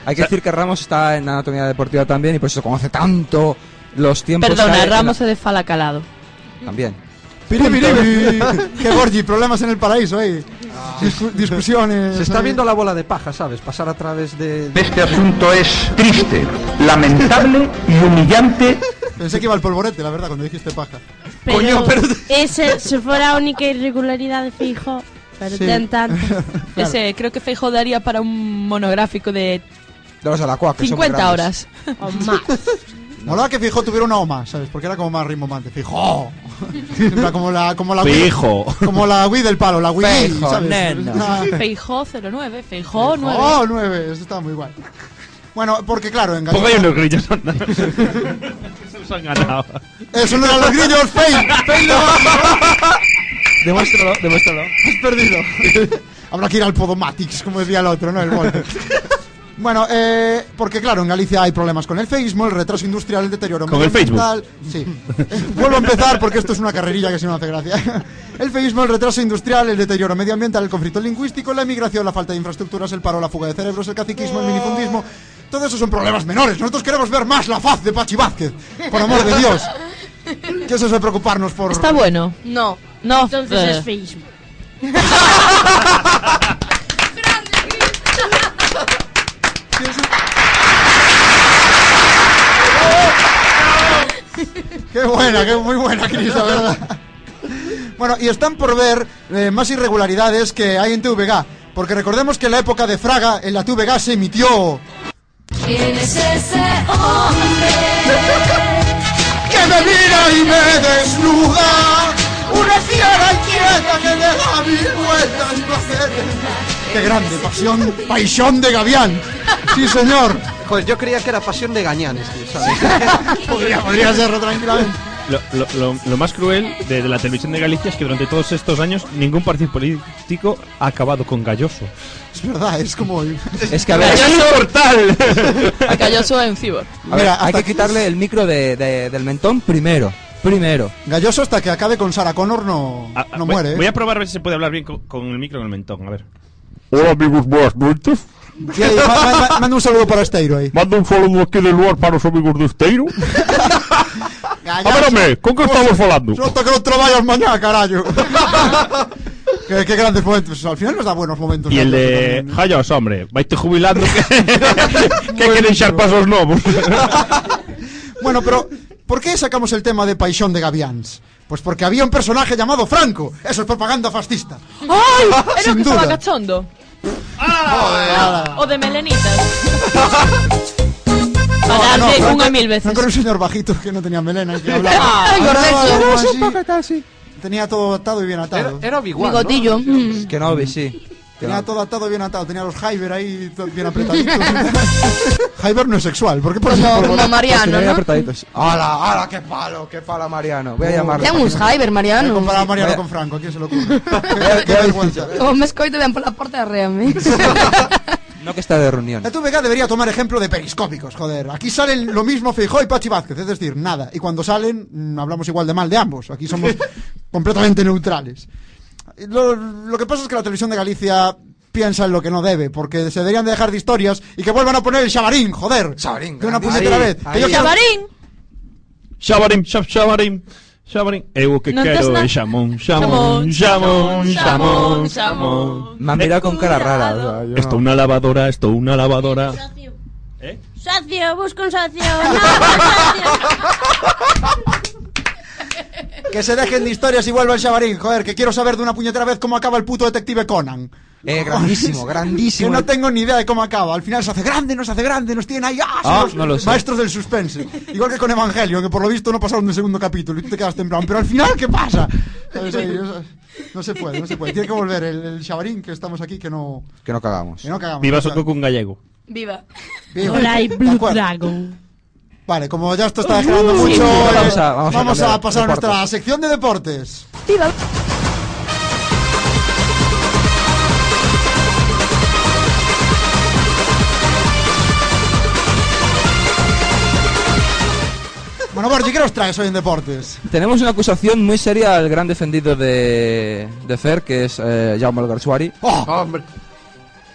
Speaker 4: Hay que decir que Ramos está en anatomía deportiva también y por eso conoce tanto los tiempos. que hay
Speaker 6: Perdona,
Speaker 4: en la-
Speaker 6: Ramos se de Falacalado.
Speaker 4: También.
Speaker 1: Piri, piri, piri. *laughs* Qué Borgi, problemas en el paraíso ahí. Discu- discusiones.
Speaker 5: Se está
Speaker 1: ahí.
Speaker 5: viendo la bola de paja, ¿sabes? Pasar a través de...
Speaker 2: Este asunto es triste, lamentable y humillante.
Speaker 1: Pensé que iba al polvorete, la verdad, cuando dijiste paja.
Speaker 9: Pero
Speaker 1: Coño, pero-
Speaker 9: Esa se fuera a única irregularidad de fijo. Pero
Speaker 1: Sí.
Speaker 9: ten tanto.
Speaker 6: Ese, creo que Feijo daría para un monográfico de
Speaker 4: De los Alacuá, que son muy
Speaker 6: 50
Speaker 4: grandes.
Speaker 6: horas.
Speaker 9: O más.
Speaker 1: Molaba que Fijó tuviera una OMA, ¿sabes? Porque era como más rimomante. Fijó. En plan, como la, como la Wii.
Speaker 10: Fijo.
Speaker 1: Como la Wii del palo, la Wii.
Speaker 4: Feijóo,
Speaker 1: ¿sabes?
Speaker 4: nena.
Speaker 1: Ah.
Speaker 6: Feijo 09, Feijo 9.
Speaker 1: Oh, nueve, eso está muy guay. Bueno, porque claro, en
Speaker 10: Ponga ahí
Speaker 1: Galicia.
Speaker 10: unos grillos. anda. *laughs* Se los han ganado.
Speaker 1: Eso no eran los grillos, fail, fail, no,
Speaker 4: Demuéstralo, demuéstralo.
Speaker 1: has perdido. *laughs* Habrá que ir al Podomatics, como decía el otro, ¿no? El
Speaker 10: *laughs*
Speaker 1: golpe. Bueno, eh, porque claro, en Galicia hay problemas con el feísmo, el retraso industrial, el deterioro
Speaker 10: Con el
Speaker 1: medioambiental. Sí. Vuelvo a empezar porque esto es una carrerilla que si no hace gracia. El feísmo, el retraso industrial, el deterioro medioambiental, el conflicto lingüístico, la emigración, la falta de infraestructuras, el paro, la fuga de cerebros, el caciquismo, el minifundismo. Todos esos son problemas menores. Nosotros queremos ver más la faz de Pachi Vázquez, por amor de Dios. Que eso es de preocuparnos por.
Speaker 6: Está bueno.
Speaker 7: No.
Speaker 6: No,
Speaker 9: Entonces
Speaker 6: eh,
Speaker 9: es
Speaker 6: *laughs*
Speaker 9: feísmo.
Speaker 1: Sí, eso- Qué buena, qué muy buena, Cris, la verdad. Bueno, y están por ver eh, más irregularidades que hay en TVG. Porque recordemos que en la época de Fraga, en la TVG se emitió. ¿Quién es ese hombre? ¡Que me mira y me desnuda! ¡Una fiera inquieta que le da mil vueltas y placeres! ¡Qué grande! ¡Pasión! ¡Paixón de Gavián! ¡Sí, señor!
Speaker 5: Joder, yo creía que era pasión de gañanes, tío, ¿sabes?
Speaker 1: Podría, podría serlo tranquilamente.
Speaker 10: Lo, lo- lo- lo más cruel de, de la televisión de Galicia es que durante todos estos años ningún partido político ha acabado con Galloso.
Speaker 1: Es verdad, es como.
Speaker 4: Es que a ver,
Speaker 10: mortal!
Speaker 6: A Calloso
Speaker 9: *laughs*
Speaker 6: en Cibor.
Speaker 4: a ver,
Speaker 1: Mira,
Speaker 4: hay
Speaker 1: hasta-
Speaker 4: que quitarle el micro de- de- del mentón primero. Primero.
Speaker 1: Galloso hasta que acabe con Sarah Connor no,
Speaker 10: *laughs* Ah, ah,
Speaker 1: no
Speaker 10: voy,
Speaker 1: muere. ¿eh?
Speaker 10: Voy a probar a ver si se puede hablar bien con, con el micro en el mentón. A ver.
Speaker 11: Hola amigos, buenas noches.
Speaker 1: Y ahí, eh. ma- ma- ma- manda un saludo para Esteiro ahí.
Speaker 11: Mando un saludo aquí del lugar para os amigos de Esteiro. A ver, home, con que estamos
Speaker 1: Pues,
Speaker 11: falando?
Speaker 1: Suelta que no trabajas mañana, carajo. *laughs* qué, qué grandes momentos. Pues, Al final nos da buenos momentos.
Speaker 10: Y el
Speaker 1: Galloso
Speaker 10: de
Speaker 1: también.
Speaker 10: Jayos, hombre, vaite jubilando *laughs* que, que queren xar pasos novos.
Speaker 1: Bueno, pero ¿por qué sacamos el tema de Paixón de Gavians? Pues porque había un personaje llamado Franco. Eso es propaganda fascista.
Speaker 6: ¡Ay! Era
Speaker 1: Sin
Speaker 6: o que estaba
Speaker 1: duda.
Speaker 6: cachondo.
Speaker 1: Ala.
Speaker 6: O de melenitas.
Speaker 1: No,
Speaker 6: Para
Speaker 1: no,
Speaker 6: darte
Speaker 1: Franco-
Speaker 6: una mil veces.
Speaker 1: Franco era un señor bajito que no tenía
Speaker 6: *laughs*
Speaker 1: melena y que hablaba.
Speaker 7: Ah,
Speaker 1: hablaba
Speaker 7: gordete.
Speaker 1: como
Speaker 7: Eres
Speaker 1: así. Tenía todo atado y bien
Speaker 5: Era,
Speaker 1: atado.
Speaker 5: era Obi-Wan, ¿no?
Speaker 7: Bigotillo. mm.
Speaker 4: Que no, sí.
Speaker 1: Tenía todo atado bien atado. Tenía los Hyber ahí to- bien apretaditos. *laughs* Hyber no es sexual. ¿Por qué por
Speaker 7: Como,
Speaker 1: por- *laughs*
Speaker 7: como Mariano,
Speaker 4: Bien
Speaker 7: ¿no?
Speaker 4: apretaditos. ¡Hala, hala, qué palo, qué palo a Mariano! Ah,
Speaker 1: Uh.
Speaker 4: Voy a llamarle.
Speaker 7: Ten un cyber,
Speaker 1: Voy a
Speaker 7: Mariano.
Speaker 1: comparar a Mariano
Speaker 4: Vaya.
Speaker 1: con Franco, ¿a quién se lo ocurre? *laughs*
Speaker 4: Vaya-
Speaker 1: Qué- Qué
Speaker 4: vaya
Speaker 1: vergüenza.
Speaker 7: Como me escoito ven pola porta de reame. *laughs*
Speaker 4: No que está de reunión.
Speaker 1: La TVG debería tomar ejemplo de periscópicos, joder. Aquí salen lo mismo Feijó y Pachi Vázquez, es decir, nada. Y cuando salen, mm, hablamos igual de mal de ambos. Aquí *laughs* somos completamente neutrales. Lo, lo que pasa es que la televisión de Galicia piensa en lo que no debe, porque se deberían de dejar de historias y que vuelvan a poner el chavarín, joder.
Speaker 4: Xabarín,
Speaker 1: De una
Speaker 4: grande.
Speaker 1: puñetera
Speaker 4: Ahí,
Speaker 1: vez. Que
Speaker 4: ahí.
Speaker 1: yo quiero-
Speaker 6: Xabarín.
Speaker 10: *laughs* Xabarín, xa- xabarín, xabarín. Eu o que
Speaker 6: Non tes
Speaker 10: quero é
Speaker 6: na-
Speaker 10: xamón, xamón, xamón, xamón, xamón.
Speaker 4: Me han mirado con cara rara. o sea, yo
Speaker 10: Estou
Speaker 4: no.
Speaker 10: una lavadora, estou una lavadora.
Speaker 9: Socio.
Speaker 10: ¿Eh?
Speaker 9: Socio, busco un *laughs* socio. No, socio.
Speaker 1: Que se dejen de historias y vuelva el chavarín, joder. Que quiero saber de una puñetera vez cómo acaba el puto detective Conan.
Speaker 4: Eh,
Speaker 1: *laughs*
Speaker 4: grandísimo,
Speaker 1: Que
Speaker 4: grandísimo.
Speaker 1: no tengo ni idea de cómo acaba. Al final se hace grande, no se hace grande, nos tienen ahí. ¡ah! son
Speaker 4: Ah,
Speaker 1: los
Speaker 4: no lo sé.
Speaker 1: Maestros del suspense. Igual que con Evangelio, que por lo visto no pasaron del segundo capítulo y tú te quedas temblando. Pero al final, ¿qué pasa? ¿Sabes? Ahí, eso- No se puede, no se puede. Tiene que volver el, el chavarín que estamos aquí, que no,
Speaker 4: Que no cagamos.
Speaker 1: que no cagamos.
Speaker 10: Viva
Speaker 1: O sea,
Speaker 10: Soco con gallego.
Speaker 6: Viva.
Speaker 1: viva.
Speaker 9: Hola, hay
Speaker 1: De
Speaker 9: Blue
Speaker 1: acuerdo.
Speaker 9: Dragon.
Speaker 1: Vale, como ya esto está descargando
Speaker 4: Uh, Sí,
Speaker 1: mucho, eh,
Speaker 4: vamos a- vamos a
Speaker 1: vamos a
Speaker 4: cambiar
Speaker 1: pasar a nuestra
Speaker 4: deportes.
Speaker 1: sección de deportes. Bueno, Borgi, ¿qué nos traes hoy en deportes?
Speaker 4: Tenemos una acusación muy seria al gran defendido de, de Fer, que es eh, Jaume Algarsuari.
Speaker 5: Hombre,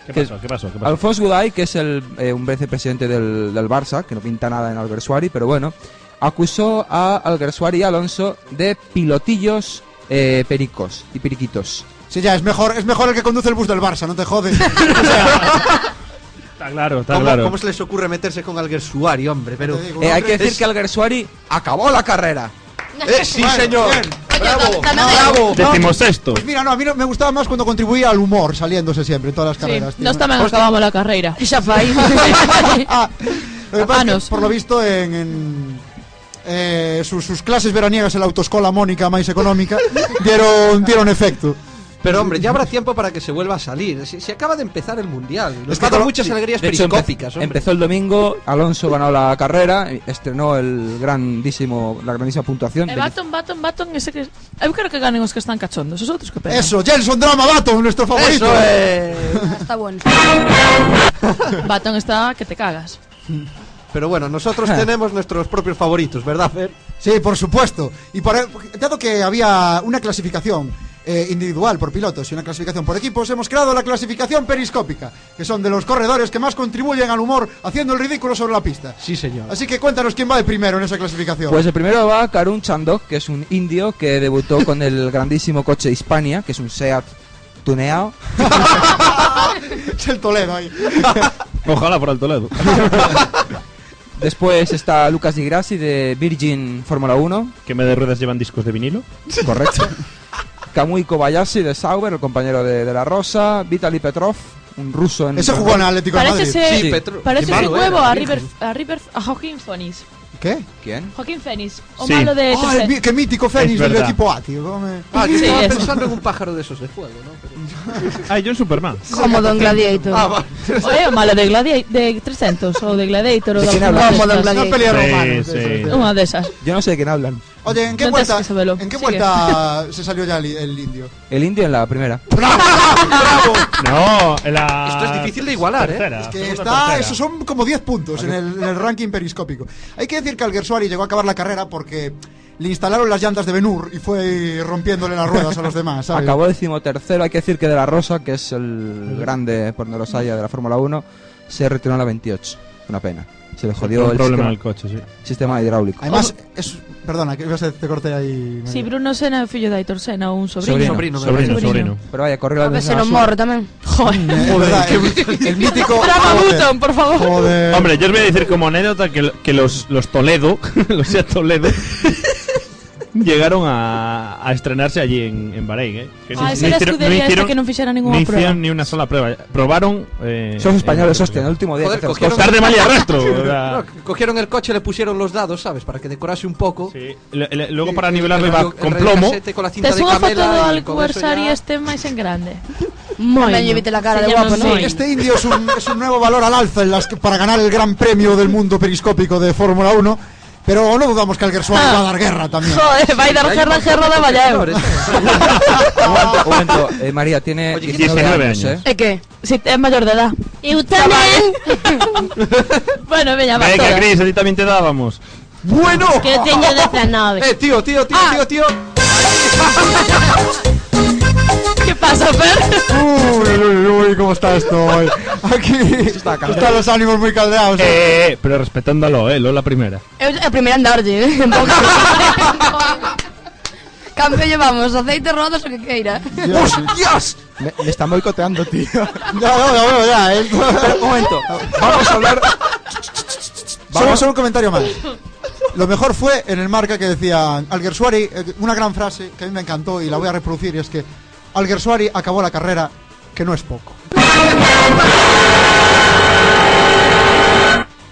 Speaker 10: ¿Qué
Speaker 4: Que-
Speaker 10: pasó? ¿Qué pasó? ¿Qué pasó?
Speaker 4: Alfonso Gudai, que es el, eh, un vicepresidente del, del Barça, que no pinta nada en Alguersuari, pero bueno, acusó a Alguersuari y Alonso de pilotillos eh, pericos y periquitos.
Speaker 1: Sí, ya, es mejor, es mejor el que conduce el bus del Barça, no te jodes. O sea,
Speaker 10: Está claro, está
Speaker 5: ¿cómo,
Speaker 10: claro.
Speaker 5: cómo se les ocurre meterse con Alguersuari, hombre? Pero...
Speaker 1: te digo,
Speaker 4: Eh, hay
Speaker 1: hombre,
Speaker 4: que decir
Speaker 5: es-
Speaker 4: que Alguersuari acabó la carrera.
Speaker 5: ¡Eh, sí,
Speaker 1: Bueno,
Speaker 5: señor!
Speaker 1: bien.
Speaker 5: ¡Bravo!
Speaker 7: También-
Speaker 10: Oh,
Speaker 5: ¡Bravo!
Speaker 10: Decimosexto.
Speaker 1: Pues mira, no, a mí no- me gustaba más cuando contribuía al humor saliéndose siempre en todas las
Speaker 6: Sí,
Speaker 1: carreras. tío.
Speaker 6: nos tamén acabamos la carreira.
Speaker 7: Xa fai.
Speaker 6: *laughs*
Speaker 1: Ah, lo que pasa es que,
Speaker 6: Apanos.
Speaker 1: por lo visto, en, en, eh, sus, sus clases veraniegas en la autoescola Mónica más económica dieron, dieron efecto.
Speaker 5: Pero hombre, ya habrá tiempo para que se vuelva a salir. Se, se acaba de empezar el mundial. Nos
Speaker 1: Es
Speaker 5: es
Speaker 1: que todo-
Speaker 5: muchas alegrías
Speaker 4: De hecho, empe-
Speaker 5: periscópicas, hombre.
Speaker 4: empezó el domingo, Alonso ganó la carrera, eh, estrenó el grandísimo, la grandísima puntuación.
Speaker 6: E
Speaker 4: de-
Speaker 6: Baton, Baton, Baton, ese que... Eu creo que ganen os que están cachondos, os outros que pena. *laughs*
Speaker 1: Eso, Jenson Drama Baton, nuestro favorito.
Speaker 5: Eso es.
Speaker 7: Está bueno.
Speaker 6: Baton está que te cagas.
Speaker 5: Pero bueno,
Speaker 4: *laughs*
Speaker 5: nosotros tenemos nuestros propios favoritos, ¿verdad, Fer?
Speaker 1: Sí, por supuesto. Y por- dado que había una clasificación eh, individual por pilotos y una clasificación por equipos, hemos creado la clasificación periscópica, que son de los corredores que más contribuyen al humor haciendo el ridículo sobre la pista.
Speaker 5: Sí, señor.
Speaker 1: Así que cuéntanos quién va de primero en esa clasificación.
Speaker 4: Pues el primero va Karun Chandok, que es un indio que debutó con el grandísimo coche Hispania, que es un Seat tuneado.
Speaker 1: *laughs* es el Toledo ahí.
Speaker 10: Ojalá por alto lado.
Speaker 4: Después está Lucas Di Grassi de Virgin Fórmula 1,
Speaker 10: *laughs* ¿Que me de ruedas llevan discos de vinilo?
Speaker 4: correcto. Kamui Kobayashi de Sauber, el compañero de, de la Rosa. Vitali Petrov, un ruso en.
Speaker 1: Ese jugó en el Atlético de
Speaker 6: Parece
Speaker 1: Madrid.
Speaker 6: ser-
Speaker 4: Sí,
Speaker 5: Petro.
Speaker 6: Parece
Speaker 5: Qué
Speaker 6: un
Speaker 5: malo era,
Speaker 6: huevo a
Speaker 5: viejo.
Speaker 6: River, a River, a Joaquín Phoenix.
Speaker 1: ¿Qué?
Speaker 4: ¿Quién?
Speaker 6: Joaquín Phoenix, o
Speaker 10: Sí.
Speaker 6: malo de...
Speaker 1: Ah, el mi- qué mítico
Speaker 10: Es
Speaker 1: Fénix del
Speaker 10: verdad.
Speaker 1: equipo A, tío. cómo me-
Speaker 5: Ah, yo
Speaker 6: Sí,
Speaker 5: estaba
Speaker 6: eso.
Speaker 5: pensando en un pájaro de esos de fuego, ¿no? Pero-
Speaker 10: Ah, yo en Superman.
Speaker 7: Como Don Gladiator.
Speaker 5: Ah, va.
Speaker 6: O é o malo de, Gladi de 300, ou de Gladiator, ou
Speaker 4: De
Speaker 6: de
Speaker 4: quién
Speaker 6: alguna destas.
Speaker 4: hablas?
Speaker 7: Como Don
Speaker 1: Una
Speaker 7: Gladiator.
Speaker 1: pelea
Speaker 10: Sí,
Speaker 1: romana.
Speaker 10: sí.
Speaker 6: Unha desas.
Speaker 4: Yo no sé de quién hablan.
Speaker 1: Oye, ¿en qué
Speaker 6: No
Speaker 1: vuelta,
Speaker 6: tienes que saberlo.
Speaker 1: ¿en qué
Speaker 6: Sigue.
Speaker 1: vuelta se salió ya el, el indio?
Speaker 4: El indio en la primera.
Speaker 10: No, la.
Speaker 1: Esto es
Speaker 10: difícil
Speaker 1: de
Speaker 10: igualar, ¿eh? tercera,
Speaker 1: Es que
Speaker 10: segunda,
Speaker 1: está,
Speaker 10: tercera.
Speaker 1: esos son como 10 puntos en el, en el ranking periscópico. Hay que decir que Alguersuari llegó a acabar la carrera porque le instalaron las llantas de Benur y fue rompiéndole las ruedas a los demás, ¿sabes?
Speaker 4: Acabó decimotercero, hay que decir que De La Rosa, que es el grande por donde los haya de la Fórmula 1, se retiró en la 28. Una pena. Se le jodió
Speaker 10: un
Speaker 4: el
Speaker 10: problema
Speaker 4: sistema,
Speaker 10: al coche, sí.
Speaker 4: sistema hidráulico.
Speaker 1: Además, es, perdona, que ibas a- te corté ahí.
Speaker 6: Si
Speaker 1: *laughs*
Speaker 6: Bruno Sena é fillo de Aitor Sena ou un sobrino.
Speaker 4: Sobrino, sobrino, sobrino. Pero vaya, corrió
Speaker 7: A
Speaker 4: la
Speaker 7: ver,
Speaker 4: misma
Speaker 7: se nos
Speaker 4: basura.
Speaker 7: morro tamén.
Speaker 1: Joder, verdad, el, el mítico.
Speaker 6: Button, por favor.
Speaker 10: Hombre, yo os voy a decir como anécdota que, que los, los Toledo, *laughs* los SEAT Toledo, *laughs* llegaron a, a estrenarse allí en, en Bahrein, ¿eh? Que
Speaker 6: Ah, esa era a escudería esta que non fixera ninguna
Speaker 10: no
Speaker 6: prueba.
Speaker 10: hicieron ni una sola prueba. Probaron. Eh,
Speaker 4: Son españoles,
Speaker 10: eh,
Speaker 4: hostia, en el último día.
Speaker 10: Joder,
Speaker 4: que hacen
Speaker 10: cogieron-
Speaker 4: cosas.
Speaker 10: Pues Tarde, mal y arrastro, o sea.
Speaker 5: No, cogieron el coche, le pusieron los dados, ¿sabes? Para que decorase un poco.
Speaker 10: le- le- luego para
Speaker 5: El-
Speaker 10: nivelarlo
Speaker 5: el
Speaker 10: iba
Speaker 5: radio- el
Speaker 10: con
Speaker 5: radio
Speaker 10: plomo.
Speaker 5: casete Con la cinta
Speaker 6: Te
Speaker 5: de
Speaker 6: subo foto do
Speaker 5: camela y con eso ya-
Speaker 6: Alguersuari este máis en grande.
Speaker 7: Moi.
Speaker 6: Bueno,
Speaker 7: Me llevite la cara
Speaker 6: se
Speaker 7: de
Speaker 6: llama
Speaker 7: guapo, ¿no?
Speaker 6: Moin.
Speaker 1: Este indio es un, es un nuevo valor al alza en las que- para ganar el gran premio del mundo periscópico de Fórmula 1. Pero no dudamos que Alguersuari va a dar guerra también.
Speaker 6: Joder, vai dar
Speaker 5: Hay un
Speaker 6: guerra,
Speaker 5: montón de
Speaker 6: guerra da Valleo.
Speaker 5: competidores, ¿eh?
Speaker 4: Un momento, eh, María tiene 19,
Speaker 10: 19
Speaker 4: años,
Speaker 10: años.
Speaker 4: ¿eh?
Speaker 7: É que?
Speaker 6: Si é maior de edad.
Speaker 9: Eu tamén.
Speaker 5: *laughs*
Speaker 6: Bueno, veña, va
Speaker 10: Venga,
Speaker 6: toda.
Speaker 10: Chris, a ti también te dábamos.
Speaker 5: ¡Bueno!
Speaker 9: Que eu teño 19.
Speaker 5: Eh, tío, tío, tío, tío, tío.
Speaker 7: *laughs*
Speaker 6: Que pasa, Fer?
Speaker 1: Uy, uy, uy, ¿cómo está esto hoy? Aquí están los ánimos muy caldeados. ¿eh?
Speaker 10: Eh, eh, pero respetándolo, eh, lo la primera.
Speaker 7: Eu a primeira andar, eh? *laughs* en boca. Cambio llevamos aceite, rodas, o que queira.
Speaker 1: Dios, sí.
Speaker 5: ¡Dios!
Speaker 4: Me, me están boicoteando, tío.
Speaker 1: Ya, no, ya, bueno, ya. eh.
Speaker 4: Pero, un momento, vamos a hablar.
Speaker 1: Solo, solo un comentario más. Lo mejor fue en el marca que decía Alguersuari, eh, una gran frase que a mí me encantó y la voy a reproducir y es que Alguersuari acabó la carrera, que no es poco.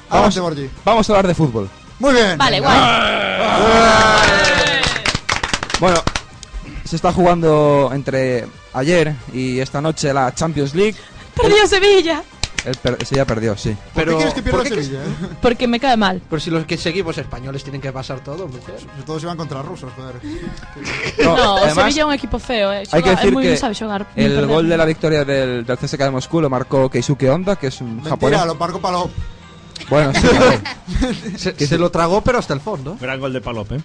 Speaker 1: Adelante, Borgi.
Speaker 4: Vamos a hablar de fútbol.
Speaker 1: Muy bien.
Speaker 6: Vale,
Speaker 4: Ah.
Speaker 6: guai.
Speaker 4: Bueno, se está jugando entre ayer y esta noche la Champions League.
Speaker 6: Perdió Sevilla.
Speaker 4: El per- se ya perdió, sí.
Speaker 1: ¿Por qué
Speaker 5: Pero,
Speaker 1: quieres que pierda
Speaker 5: ¿por qué
Speaker 1: Sevilla? eh?
Speaker 6: Porque me cae mal.
Speaker 5: Pero si los que seguimos españoles tienen que pasar todo, mujer.
Speaker 1: Sobre todo si van contra rusos, joder.
Speaker 4: No,
Speaker 6: No, o
Speaker 4: además,
Speaker 6: Sevilla é un equipo feo, eh.
Speaker 4: hay que
Speaker 6: Xoga- é
Speaker 4: decir
Speaker 6: moi-
Speaker 4: que
Speaker 6: sabe xogar. moi
Speaker 4: el
Speaker 6: perder.
Speaker 4: gol de la victoria del, del CSK de Moscú lo marcó Keisuke Honda, que es un japonés.
Speaker 1: Mentira, lo parco para lo...
Speaker 4: Bueno, *laughs* sí, claro.
Speaker 5: Se, se lo tragó, pero hasta el fondo.
Speaker 10: Gran gol de Palop, eh.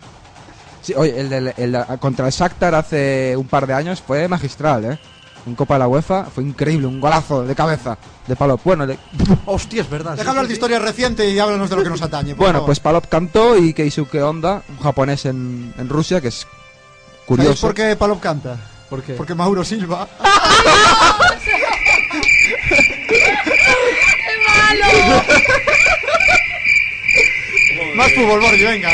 Speaker 4: Sí, oye, el, del- el- contra el Shakhtar hace un par de años fue magistral, ¿eh? En Copa de la UEFA fue increíble, un golazo de cabeza de Palop. Bueno, de-
Speaker 5: Hostia, es verdad.
Speaker 1: Deja hablar de historia reciente y háblanos de lo que nos atañe. por
Speaker 4: bueno
Speaker 1: favor.
Speaker 4: pues Palop cantó y Keisuke Honda, un japonés en, en Rusia, que es
Speaker 1: ¿Sabéis
Speaker 4: curioso.
Speaker 1: por qué Palop canta?
Speaker 5: ¿Por qué?
Speaker 1: Porque Mauro *laughs* Silva. Más fútbol, Borgi, venga.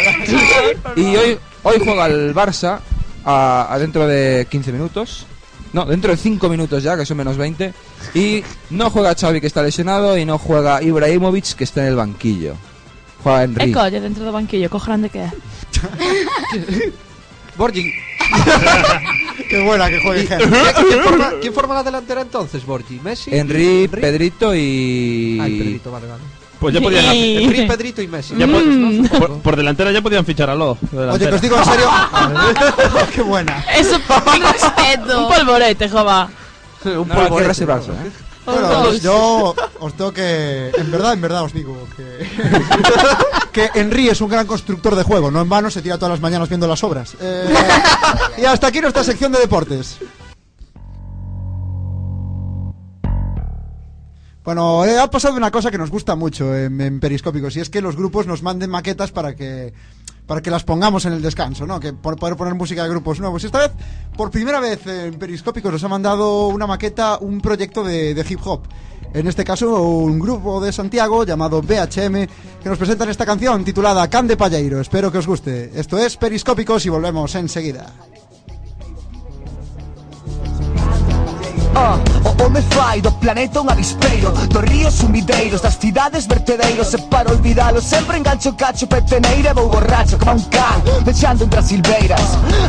Speaker 4: Y hoy, hoy juega el Barça a, a dentro de 15 minutos. No, dentro de 5 minutos ya, que son menos 20. Y no juega Xavi, que está lesionado, y no juega Ibrahimovic, que está en el banquillo. Juega
Speaker 6: E
Speaker 4: Enrique.
Speaker 6: colle dentro do banquillo, co grande que é.
Speaker 5: Borgi,
Speaker 1: Qué buena que juegue
Speaker 5: ¿Y-
Speaker 1: gente.
Speaker 5: ¿quién, forma, quién forma la delantera entonces, Borgi? ¿Messi?
Speaker 4: Enrique,
Speaker 5: Pedrito.
Speaker 4: Pedrito y... *laughs*
Speaker 5: Ay, Pedrito, vale, vale.
Speaker 10: Pues ya podían.
Speaker 6: Sí.
Speaker 5: Enrique, Pedrito y Messi.
Speaker 10: ya po-
Speaker 5: Mm.
Speaker 6: *laughs*
Speaker 10: por, por delantera ya podían fichar a Lo.
Speaker 1: Oye, que os digo en *laughs* serio. Qué buena.
Speaker 6: *laughs* Eso Un polvorete, jova.
Speaker 5: Un
Speaker 4: No, hay que
Speaker 5: polvorete,
Speaker 4: reservarse,
Speaker 5: ¿no?
Speaker 4: ¿eh?
Speaker 1: Bueno,
Speaker 6: Os
Speaker 1: os-
Speaker 6: dous.
Speaker 1: yo os tengo que. En verdad, en verdad os digo *laughs* que. que Henry es un gran constructor de juego. No en vano se tira todas las mañanas viendo las obras. *laughs* Eh, y hasta aquí nuestra sección de deportes. Bueno, eh, ha pasado una cosa que nos gusta mucho en, en Periscópicos y es que los grupos nos manden maquetas para que para que las pongamos en el descanso, ¿no? Que por poder poner música de grupos nuevos. Y esta vez, por primera vez en Periscópicos nos ha mandado una maqueta, un proyecto de, de hip hop. En este caso, un grupo de Santiago llamado BHM que nos presentan esta canción titulada Can de Palleiro. Espero que os guste. Esto es Periscópicos y volvemos enseguida.
Speaker 8: Ah, oh,
Speaker 12: o me fai do planeta un avispeiro Dos ríos sumideiros, das cidades vertedeiros E para olvidalo sempre engancho o cacho peteneira E vou borracho como un can, deixando entre as silveiras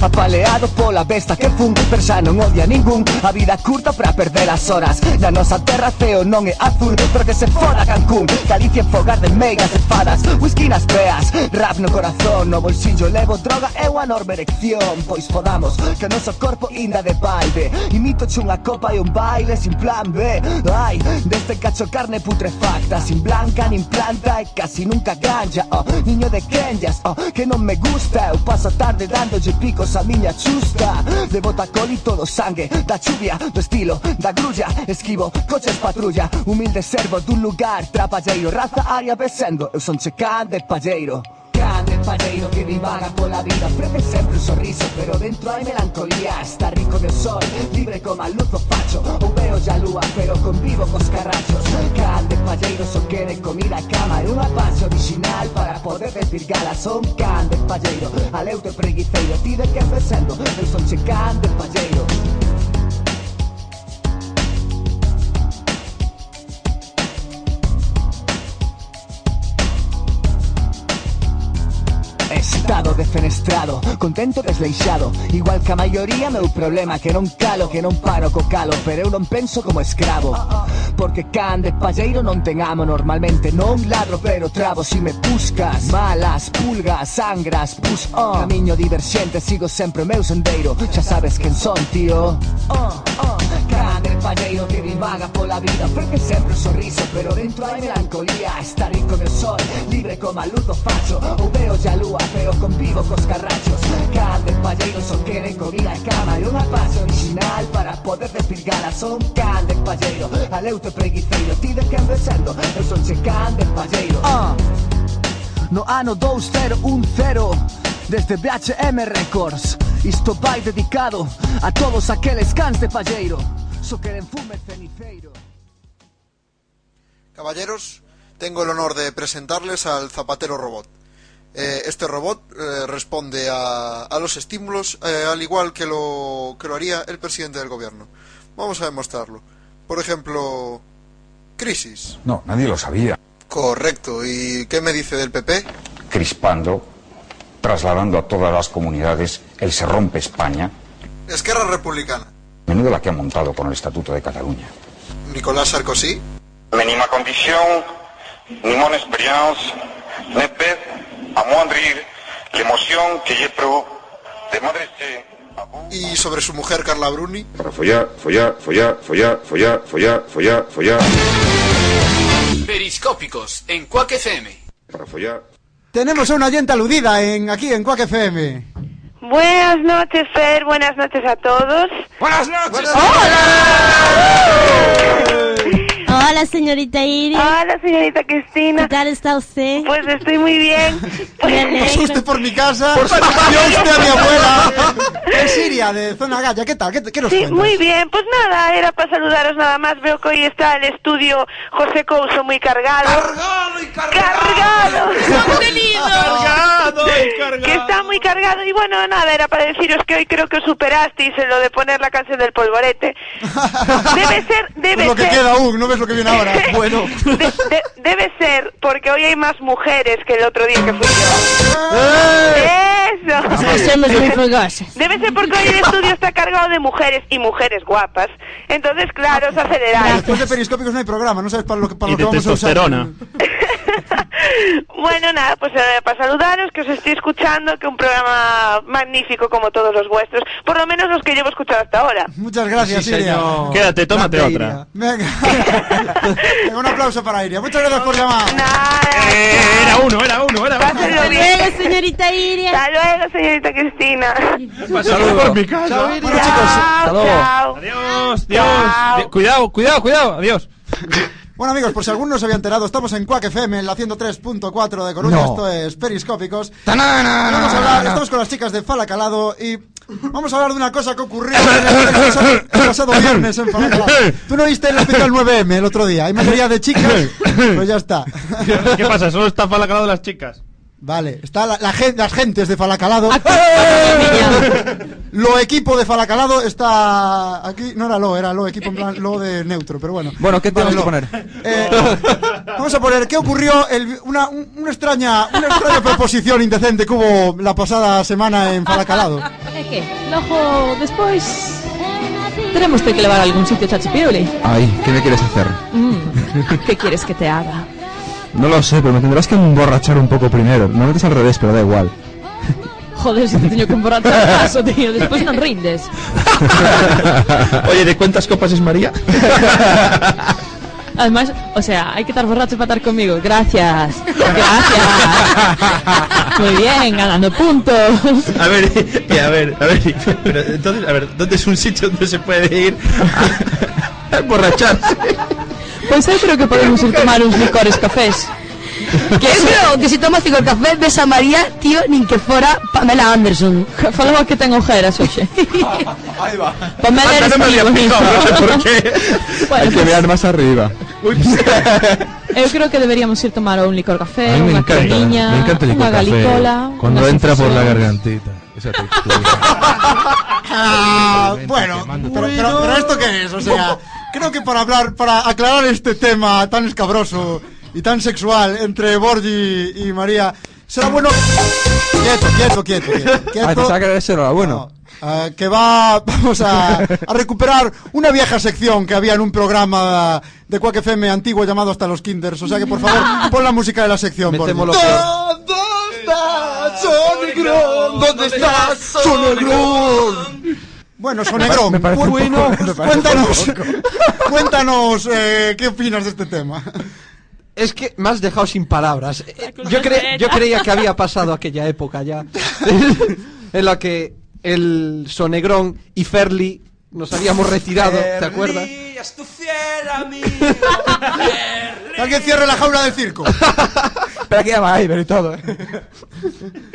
Speaker 12: Apaleado pola besta que fun, pero xa non odia ningún A vida é curta pra perder as horas Na nosa terra ceo non é azul, pero que se fora Cancún Galicia é fogar de meigas e fadas, whisky nas peas Rap no corazón, no bolsillo levo droga e unha enorme erección Pois podamos, que o noso corpo inda de baile Imito unha copa e un baile sin plan B Ai, deste cacho carne putrefacta Sin blanca nin planta e casi nunca ganja oh, Niño de Kenyas, oh, que non me gusta Eu paso a tarde dándolle picos a miña chusta De botacol e todo sangue Da chuvia, do estilo, da grulla Esquivo, coches patrulla Humilde servo dun lugar trapalleiro Raza aria besendo, eu son checán de palleiro grande pareiro que divaga pola vida Ofrece sempre un sorriso, pero dentro hai melancolía Está rico de sol, libre como a luz o facho O veo ya lúa, pero convivo cos carrachos Grande pareiro, so que de comida e cama E unha base original para poder desvirgala Son can de pareiro, aleu te preguiceiro Ti de que facendo, eu son che can de pareiro Estado defenestrado, contento desleixado Igual que a maioría meu problema Que non calo, que non paro co calo Pero eu non penso como escravo Porque can de palleiro non ten amo Normalmente non ladro pero trabo Si me buscas, malas, pulgas, sangras Pus, oh, camiño diverxente Sigo sempre o meu sendeiro Xa sabes quen son, tío Oh, oh, can de palleiro que divaga pola vida Ofrece sempre un sorriso pero dentro hai melancolía Está rico de sol, libre como a luz do facho Ou veo xa lúa pero convivo cos carrachos Can de palleiro son que de comida e cama E unha base original para poder despilgala Son can de palleiro, aleu te preguiceiro Ti de quen besendo, eu son che can de palleiro Ah, No ano 2010 Desde BHM Records Isto vai dedicado a todos aqueles cans de palleiro So que den fume e ceniceiro
Speaker 13: Caballeros, tengo el honor de presentarles al Zapatero Robot. Eh, este robot eh, responde a, a los estímulos eh, al igual que lo, que lo haría el presidente del gobierno. Vamos a demostrarlo. Por ejemplo, crisis.
Speaker 14: No, nadie lo sabía.
Speaker 13: Correcto. ¿Y qué me dice del PP?
Speaker 14: Crispando, trasladando a todas las comunidades el Se rompe España,
Speaker 13: Esquerra Republicana.
Speaker 14: menudo la que ha montado con el Estatuto de Cataluña.
Speaker 13: Nicolás Sarkozy.
Speaker 15: Mínima condición, ninguna experiencia, ni pez, a moandrir, la emoción que yo provo de madre
Speaker 13: Y sobre su mujer Carla Bruni.
Speaker 14: Para follar, follar, follar, follar, follar, follar, follar, follar.
Speaker 16: Periscópicos en Quack FM.
Speaker 14: Para follar.
Speaker 1: Tenemos a una oyente aludida en, aquí en Quack FM.
Speaker 17: Buenas noches, Fer. Buenas noches a todos. Buenas noches.
Speaker 9: Hola, señorita Iris.
Speaker 17: Hola, señorita Cristina.
Speaker 9: ¿Qué tal está usted?
Speaker 17: Pues estoy muy bien.
Speaker 1: Asuste por mi casa.
Speaker 17: Por su casa.
Speaker 1: Yo usted a mi abuela. Es Siria, de Zona Galla. ¿Qué tal? ¿Qué, qué nos
Speaker 17: Sí,
Speaker 1: cuentas? *laughs*
Speaker 17: muy bien. Pues nada, era para saludaros nada más. Veo que hoy está el estudio José Couso muy cargado. ¡Cargado y cargado! ¡Cargado!
Speaker 8: Contenido. Cargado y cargado.
Speaker 17: Que está muy cargado. Y bueno, nada, era para deciros que hoy creo que os superasteis en lo de poner la canción del polvorete. Debe ser, debe
Speaker 1: Pues lo que
Speaker 17: ser.
Speaker 1: queda aún, no ves lo que
Speaker 17: *laughs*
Speaker 1: viene ahora. Bueno.
Speaker 17: De- de- debe ser porque hoy hay más mujeres que el otro día que fui yo. Eso.
Speaker 9: Las hacemos muy
Speaker 17: *laughs*
Speaker 9: fugaces.
Speaker 17: Debe ser porque
Speaker 4: *laughs*
Speaker 17: hoy el estudio está cargado de mujeres y mujeres guapas. Entonces, claro, os aceleráis.
Speaker 1: Eh, Después de periscópicos no hay programa, no sabes para lo que, para
Speaker 11: Y
Speaker 1: lo que
Speaker 11: de
Speaker 1: vamos a usar.
Speaker 11: testosterona.
Speaker 17: *laughs* Bueno, nada, pues eh, para saludaros, que os estoy escuchando, que un programa magnífico como todos los vuestros, por lo menos los que llevo escuchado hasta ahora.
Speaker 1: Muchas gracias,
Speaker 11: Sí,
Speaker 1: Iria.
Speaker 11: señor. Quédate, tómate
Speaker 1: Grande
Speaker 11: otra.
Speaker 1: Iria. *laughs* Venga. Un aplauso para Iria. Muchas gracias por llamar.
Speaker 11: Eh, Era uno, era uno, era uno.
Speaker 9: Hasta luego, señorita Iria.
Speaker 17: Hasta luego, señorita Cristina.
Speaker 11: Saludos por mi
Speaker 1: casa.
Speaker 11: Bueno, chicos, hasta luego.
Speaker 17: Chao.
Speaker 11: Adiós, adiós. Cuidado, cuidado, cuidado.
Speaker 1: *laughs*
Speaker 11: Adiós.
Speaker 1: Bueno amigos, por si alguno no se había enterado, estamos en Quack FM, en la 103.4 de Coruña,
Speaker 11: No.
Speaker 1: esto es Periscópicos. Vamos a hablar, estamos con las chicas de Fala Calado y vamos a hablar de una cosa que ocurrió el pasado, el pasado viernes en Fala Calado. Tú no viste el especial 9M el otro día, hay mayoría de chicas, pues ya está.
Speaker 11: ¿Qué pasa? Solo está falacado las chicas.
Speaker 1: Vale, está la, la gen- las gentes de Falacalado. ¡Eh! lo equipo de Falacalado está aquí. No era lo, era lo equipo en plan lo de neutro, pero bueno.
Speaker 18: Bueno, ¿qué tenemos que poner?
Speaker 1: Eh, vamos a poner qué ocurrió el- una, un- una extraña una extraña proposición indecente que hubo la pasada semana en Falacalado.
Speaker 6: É que, logo despois Teremos que levar a algún sitio Chachipiuli
Speaker 18: Ay, ¿qué me quieres hacer?
Speaker 6: mm, Que quieres que te haga?
Speaker 4: No lo sé, pero me tendrás que emborrachar un poco primero. Normalmente es al revés, pero da igual.
Speaker 6: Joder, se te teño que emborrachar caso, tío Despois non rindes
Speaker 4: *laughs* Oye, ¿de cuántas copas es María?
Speaker 6: Además, o sea, hay que estar borracho para estar conmigo Gracias Gracias Muy bien, ganando puntos
Speaker 4: A ver, *laughs* eh, a ver, a ver. Pero entonces, a ver, ¿dónde es un sitio donde se puede ir a, a emborracharse?
Speaker 6: Pois eu creo que podemos ir tomar uns licores cafés
Speaker 7: Que eu creo que si tomas cinco café ves a María, tío, nin que fora Pamela Anderson.
Speaker 6: Falaba que ten ojeras hoxe.
Speaker 7: Aí va.
Speaker 6: Pamela
Speaker 4: Hasta
Speaker 6: eres
Speaker 4: no me había
Speaker 6: mi
Speaker 4: fijado, no sé por qué.
Speaker 6: Bueno,
Speaker 4: que mirar más arriba.
Speaker 5: pues,
Speaker 6: Eu creo que deberíamos ir tomar un licor
Speaker 19: A
Speaker 6: café,
Speaker 19: mí me
Speaker 6: unha
Speaker 19: encanta,
Speaker 6: cariña,
Speaker 19: me encanta el
Speaker 6: unha
Speaker 19: licor café, eh,
Speaker 6: galicola.
Speaker 19: Cuando
Speaker 6: unhas
Speaker 19: entra por la
Speaker 6: infusións.
Speaker 19: gargantita. Esa textura.
Speaker 1: Ah, bueno, pero, pero- pero esto qué es, o
Speaker 18: *laughs*
Speaker 1: sea, creo que para hablar, para aclarar este tema tan escabroso y tan sexual entre Borgi y María, será bueno. Quieto, quieto, quieto, quieto.
Speaker 4: Ah,
Speaker 18: *laughs* Ay,
Speaker 1: quieto.
Speaker 18: pensaba que era eso, era bueno.
Speaker 1: Ah, que va, *laughs* vamos a, a recuperar una vieja sección que había en un programa de Quack FM antiguo llamado Hasta los Kinders. O sea que
Speaker 18: *laughs*
Speaker 1: por favor, pon la música de la sección. Borgi.
Speaker 18: Metemos lo
Speaker 8: Sonegrón, ¿dónde estás, Sonegrón?
Speaker 1: Bueno, Sonegrón,
Speaker 8: Me parece un poco-
Speaker 1: bueno,
Speaker 8: me parece un
Speaker 1: cuéntanos,
Speaker 8: poco
Speaker 1: *laughs* cuéntanos eh, qué opinas de este tema.
Speaker 5: Es que me has dejado sin palabras. Eh, Yo, cre-
Speaker 1: cruceta.
Speaker 5: yo creía que había pasado aquella época ya *laughs* en la que el Sonegrón y Ferli nos habíamos retirado, ¿te acuerdas?
Speaker 1: Alguien cierre la jaula del
Speaker 8: *laughs*
Speaker 1: circo.
Speaker 5: Pero aquí va Iber y todo.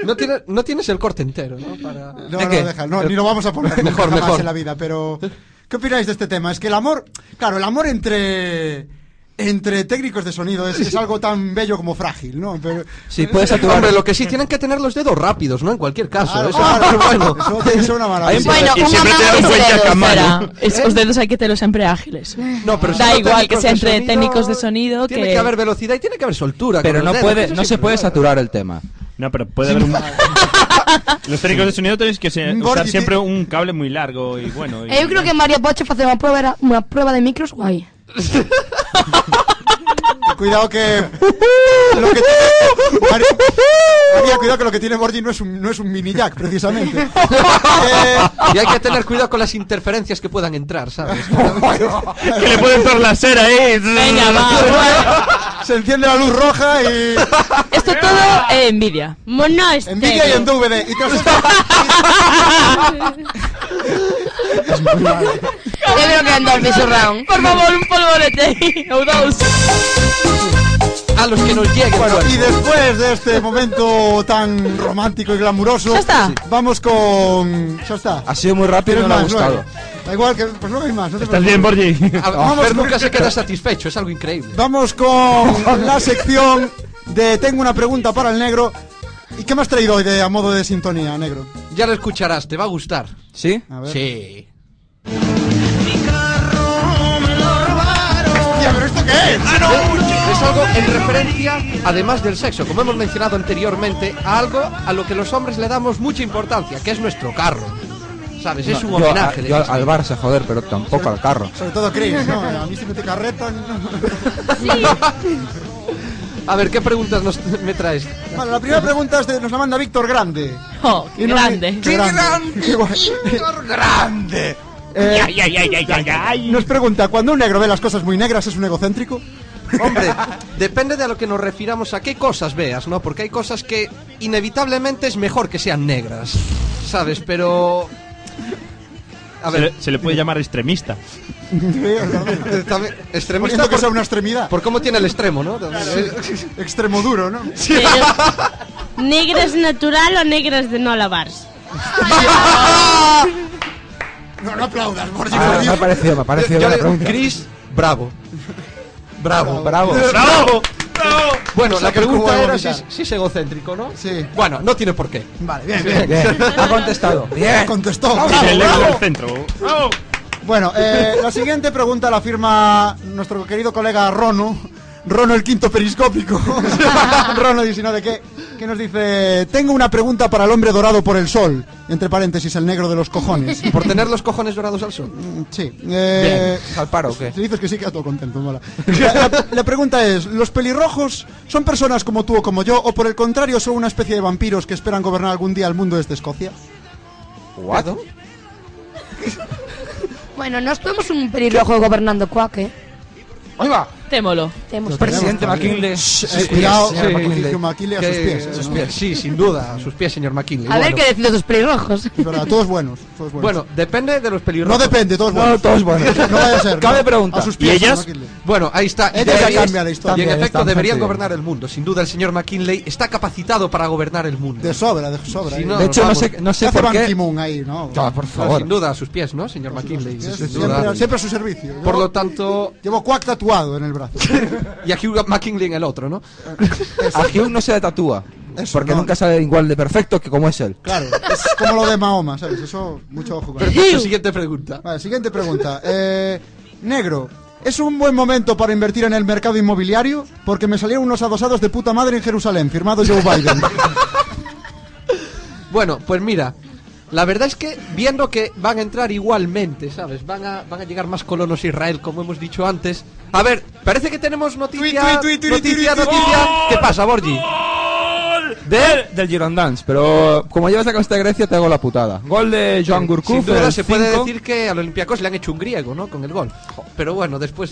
Speaker 5: No, tiene- no tienes el corte entero, ¿no? Para... ¿Eh,
Speaker 1: No, no, deja, no, ni lo vamos a poner
Speaker 5: Mejor,
Speaker 1: jamás
Speaker 5: mejor.
Speaker 1: en la vida, pero ¿qué opináis de este tema? Es que el amor, claro, el amor entre entre técnicos de sonido es, es algo tan bello como frágil, ¿no? Pero,
Speaker 5: Sí, puedes saturar. Hombre, lo que sí tienen que tener los dedos rápidos, ¿no? En cualquier caso.
Speaker 1: Claro,
Speaker 5: eso
Speaker 1: claro,
Speaker 5: es bueno.
Speaker 1: Ah, eso tiene que ser una maravilla.
Speaker 6: Bueno,
Speaker 5: Y
Speaker 6: unha
Speaker 5: siempre te
Speaker 6: man
Speaker 5: dan
Speaker 6: e
Speaker 5: buen
Speaker 6: os dedos,
Speaker 5: yacamano.
Speaker 6: espera. Es, os dedos hai que telos
Speaker 9: *laughs*
Speaker 6: sempre ágiles.
Speaker 5: No, pero si
Speaker 6: da
Speaker 5: no
Speaker 6: igual que
Speaker 5: técnicos
Speaker 6: sea
Speaker 5: de
Speaker 6: entre
Speaker 5: sonido,
Speaker 6: técnicos de sonido
Speaker 5: Tiene que haber velocidad y tiene que haber soltura.
Speaker 18: Pero
Speaker 5: con
Speaker 18: no
Speaker 5: los dedos,
Speaker 18: puede,
Speaker 5: eso
Speaker 18: no
Speaker 5: sí.
Speaker 18: se puede saturar el tema.
Speaker 10: No, pero puede
Speaker 4: *laughs*
Speaker 10: haber un... Los técnicos de sonido tenéis que se- usar
Speaker 5: Borgi,
Speaker 10: siempre un cable muy largo y bueno. y-
Speaker 7: E eu creo que María Poche facer unha prueba, era unha prueba de micros guai.
Speaker 1: Cuidado que lo que tiene, María, María, cuidado que lo que tiene Borgi no es un no es un mini jack
Speaker 18: *laughs*
Speaker 1: precisamente. Eh,
Speaker 5: Y hay que tener cuidado con las interferencias que puedan entrar, ¿sabes?
Speaker 10: que le pueden dar la cera, eh.
Speaker 5: Venga,
Speaker 1: *laughs* Se enciende la luz roja y
Speaker 6: Esto todo é envidia.
Speaker 9: Monos.
Speaker 1: Envidia y en
Speaker 9: *laughs*
Speaker 1: DVD. Y te os-
Speaker 7: Eu creo que andou el round.
Speaker 6: Por favor, un polvorete ou dous.
Speaker 5: A los que nos lleguen.
Speaker 1: Bueno, y después de este momento tan romántico y glamuroso,
Speaker 6: Ya está.
Speaker 1: Sí. vamos con. Ya está.
Speaker 18: Ha sido muy rápido y
Speaker 1: ¿Quieres
Speaker 18: no le ha
Speaker 1: más? No hay.
Speaker 4: eh.
Speaker 18: gustado.
Speaker 1: Da igual, que, pues no hay más. no te
Speaker 10: ¿Estás
Speaker 1: preocupes.
Speaker 10: bien, Borgi?
Speaker 18: *laughs*
Speaker 1: Vamos
Speaker 5: Fer
Speaker 1: con-
Speaker 5: nunca se queda satisfecho, es algo increíble.
Speaker 1: Vamos con la sección de Tengo una pregunta para el negro. ¿Y qué me has traído hoy de, a modo de sintonía, negro?
Speaker 5: Ya lo escucharás, te va a gustar.
Speaker 18: ¿Sí?
Speaker 5: Sí.
Speaker 1: ¿pero esto qué es?
Speaker 5: Es algo en referencia, además del sexo, como hemos mencionado anteriormente, a algo a lo que los hombres le damos mucha importancia, que es nuestro carro. ¿Sabes? Es un
Speaker 18: Yo-
Speaker 5: homenaje.
Speaker 18: a-
Speaker 5: de
Speaker 18: yo
Speaker 5: hecho.
Speaker 18: al Barça, joder, pero tampoco al carro.
Speaker 1: Sobre todo Chris, ¿no? A mí siempre te carretan.
Speaker 5: A ver, ¿qué preguntas nos- *laughs* me traes?
Speaker 1: Bueno, la primera pregunta es de- nos la manda Víctor Grande.
Speaker 6: Oh,
Speaker 1: Y no-
Speaker 8: ¡Qué grande!
Speaker 1: Qué guay.
Speaker 8: ¡Víctor Grande!
Speaker 1: Eh,
Speaker 8: Ay, ay, ay, ay, ay, ay.
Speaker 1: Nos pregunta, ¿cuando un negro ve las cosas muy negras es un egocéntrico?
Speaker 5: Hombre, depende de a lo que nos refiramos a qué cosas veas, ¿no? Porque hay cosas que inevitablemente es mejor que sean negras, ¿sabes? Pero... A
Speaker 10: Se
Speaker 5: ver,
Speaker 10: le, se le puede llamar extremista.
Speaker 5: también- extremista
Speaker 1: Poniendo que
Speaker 5: por,
Speaker 1: sea una extremidad.
Speaker 5: por cómo tiene el extremo, ¿no?
Speaker 1: Extremo duro, ¿no?
Speaker 9: ¿Negras natural o negras de no lavarse?
Speaker 1: No, no aplaudas, por
Speaker 18: Ah, me ha parecido, me ha parecido
Speaker 5: Yo
Speaker 18: la
Speaker 5: le-
Speaker 18: pregunta.
Speaker 5: Chris, bravo. Bravo.
Speaker 18: Bravo.
Speaker 5: Bravo. Bueno,
Speaker 1: O sea,
Speaker 5: la
Speaker 1: que el cubo
Speaker 5: pregunta
Speaker 1: de
Speaker 5: era si,
Speaker 1: vomitar.
Speaker 5: si es egocéntrico, ¿no? Sí. Bueno, no tiene por qué.
Speaker 1: Vale, bien, bien.
Speaker 5: Ha contestado.
Speaker 1: Bien. Contestó.
Speaker 5: Bravo,
Speaker 1: Bravo,
Speaker 5: el
Speaker 1: bravo.
Speaker 5: eco del
Speaker 10: centro.
Speaker 1: Bueno,
Speaker 5: *laughs*
Speaker 1: eh, la siguiente pregunta la firma nuestro querido colega Rono. Rono el quinto periscópico. *laughs* Rono y si no de qué. Que nos dice, tengo una pregunta para el hombre dorado por el sol. Entre paréntesis, el negro de los
Speaker 5: *laughs*
Speaker 1: cojones.
Speaker 5: ¿Por tener los cojones dorados al sol?
Speaker 1: Sí. Eh,
Speaker 5: Bien. ¿Salparo o qué?
Speaker 1: Si dices que sí, queda todo contento, mola. La, la- la pregunta es, ¿los pelirrojos son personas como tú o como yo? ¿O por el contrario son una especie de vampiros que esperan gobernar algún día el mundo desde Escocia?
Speaker 5: ¿What?
Speaker 7: Bueno, nos podemos un pelirrojo gobernando Cuac, ¿eh?
Speaker 5: Ahí va.
Speaker 20: Témolo.
Speaker 5: Presidente McKinley.
Speaker 1: Shh, eh, cuidado, señor McKinley. Que-
Speaker 5: A
Speaker 1: a
Speaker 5: sus
Speaker 1: sus ¿eh?
Speaker 5: pies. Sí, sin duda. A sus pies, señor McKinley.
Speaker 7: A ver
Speaker 5: Bueno.
Speaker 7: qué deciden los pelirrojos.
Speaker 1: Es verdad, todos buenos. Todos buenos.
Speaker 5: Bueno, depende de los pelirrojos.
Speaker 1: No depende, todos buenos.
Speaker 5: No, todos
Speaker 1: *laughs*
Speaker 5: buenos.
Speaker 1: No vaya a ser,
Speaker 5: Cabe
Speaker 1: no.
Speaker 5: pregunta.
Speaker 1: A sus pies, ¿Y ellas? señor McKinley.
Speaker 5: Bueno, ahí está. Y
Speaker 1: Ellas ya
Speaker 5: deberían-
Speaker 1: cambia la historia.
Speaker 5: Y en
Speaker 1: También
Speaker 5: efecto
Speaker 1: están
Speaker 5: deberían
Speaker 1: gente-
Speaker 5: gobernar el mundo. Sin duda, el señor McKinley está capacitado para gobernar el mundo.
Speaker 1: De sobra, de sobra.
Speaker 5: Si
Speaker 1: eh.
Speaker 5: no, De nos hecho, no vamos. sé- no sé
Speaker 1: Hace
Speaker 5: por
Speaker 1: Ban
Speaker 5: qué-
Speaker 1: Ki-moon ahí, ¿no?
Speaker 5: Ah, por favor. sin duda, a sus pies, ¿no, señor
Speaker 1: Por
Speaker 5: McKinley?
Speaker 1: supuesto,
Speaker 5: Sin duda.
Speaker 1: Siempre, siempre a su servicio.
Speaker 5: Por
Speaker 1: Yo
Speaker 5: lo tanto.
Speaker 1: Llevo cuac tatuado en el
Speaker 5: *laughs*
Speaker 1: brazo.
Speaker 5: Y a Hugh McKinley en el otro, ¿no?
Speaker 4: A Hugh no se le tatúa.
Speaker 1: Eso,
Speaker 4: porque
Speaker 1: no.
Speaker 4: nunca sale igual de perfecto que como es él.
Speaker 1: Claro, es como lo de Mahoma, ¿sabes? Eso, mucho ojo con
Speaker 5: Perfecto,
Speaker 1: eso.
Speaker 5: siguiente pregunta.
Speaker 1: Vale, siguiente pregunta. Eh, negro, ¿es un buen momento para invertir en el mercado inmobiliario? Porque me salieron unos adosados de puta madre en Jerusalén, firmado
Speaker 5: *laughs*
Speaker 1: Joe Biden.
Speaker 5: Bueno, pues mira, la verdad es que viendo que van a entrar igualmente, ¿sabes? Van a, van a llegar más colonos a Israel, como hemos dicho antes. A ver, parece que tenemos noticia,
Speaker 8: Tuit, tuit, tuit, tuit,
Speaker 5: noticia,
Speaker 8: tuit, tuit.
Speaker 5: noticia. ¿Qué pasa, Borgi?
Speaker 4: De- del Girondins, pero como llevas la costa de Grecia te hago la putada. Gol de Joan Gourcuff.
Speaker 5: Sin
Speaker 4: en
Speaker 5: duda
Speaker 4: el
Speaker 5: se puede
Speaker 4: cinco.
Speaker 5: decir que al Olympiacos le han hecho un griego, ¿no? Con el gol. Pero bueno, después...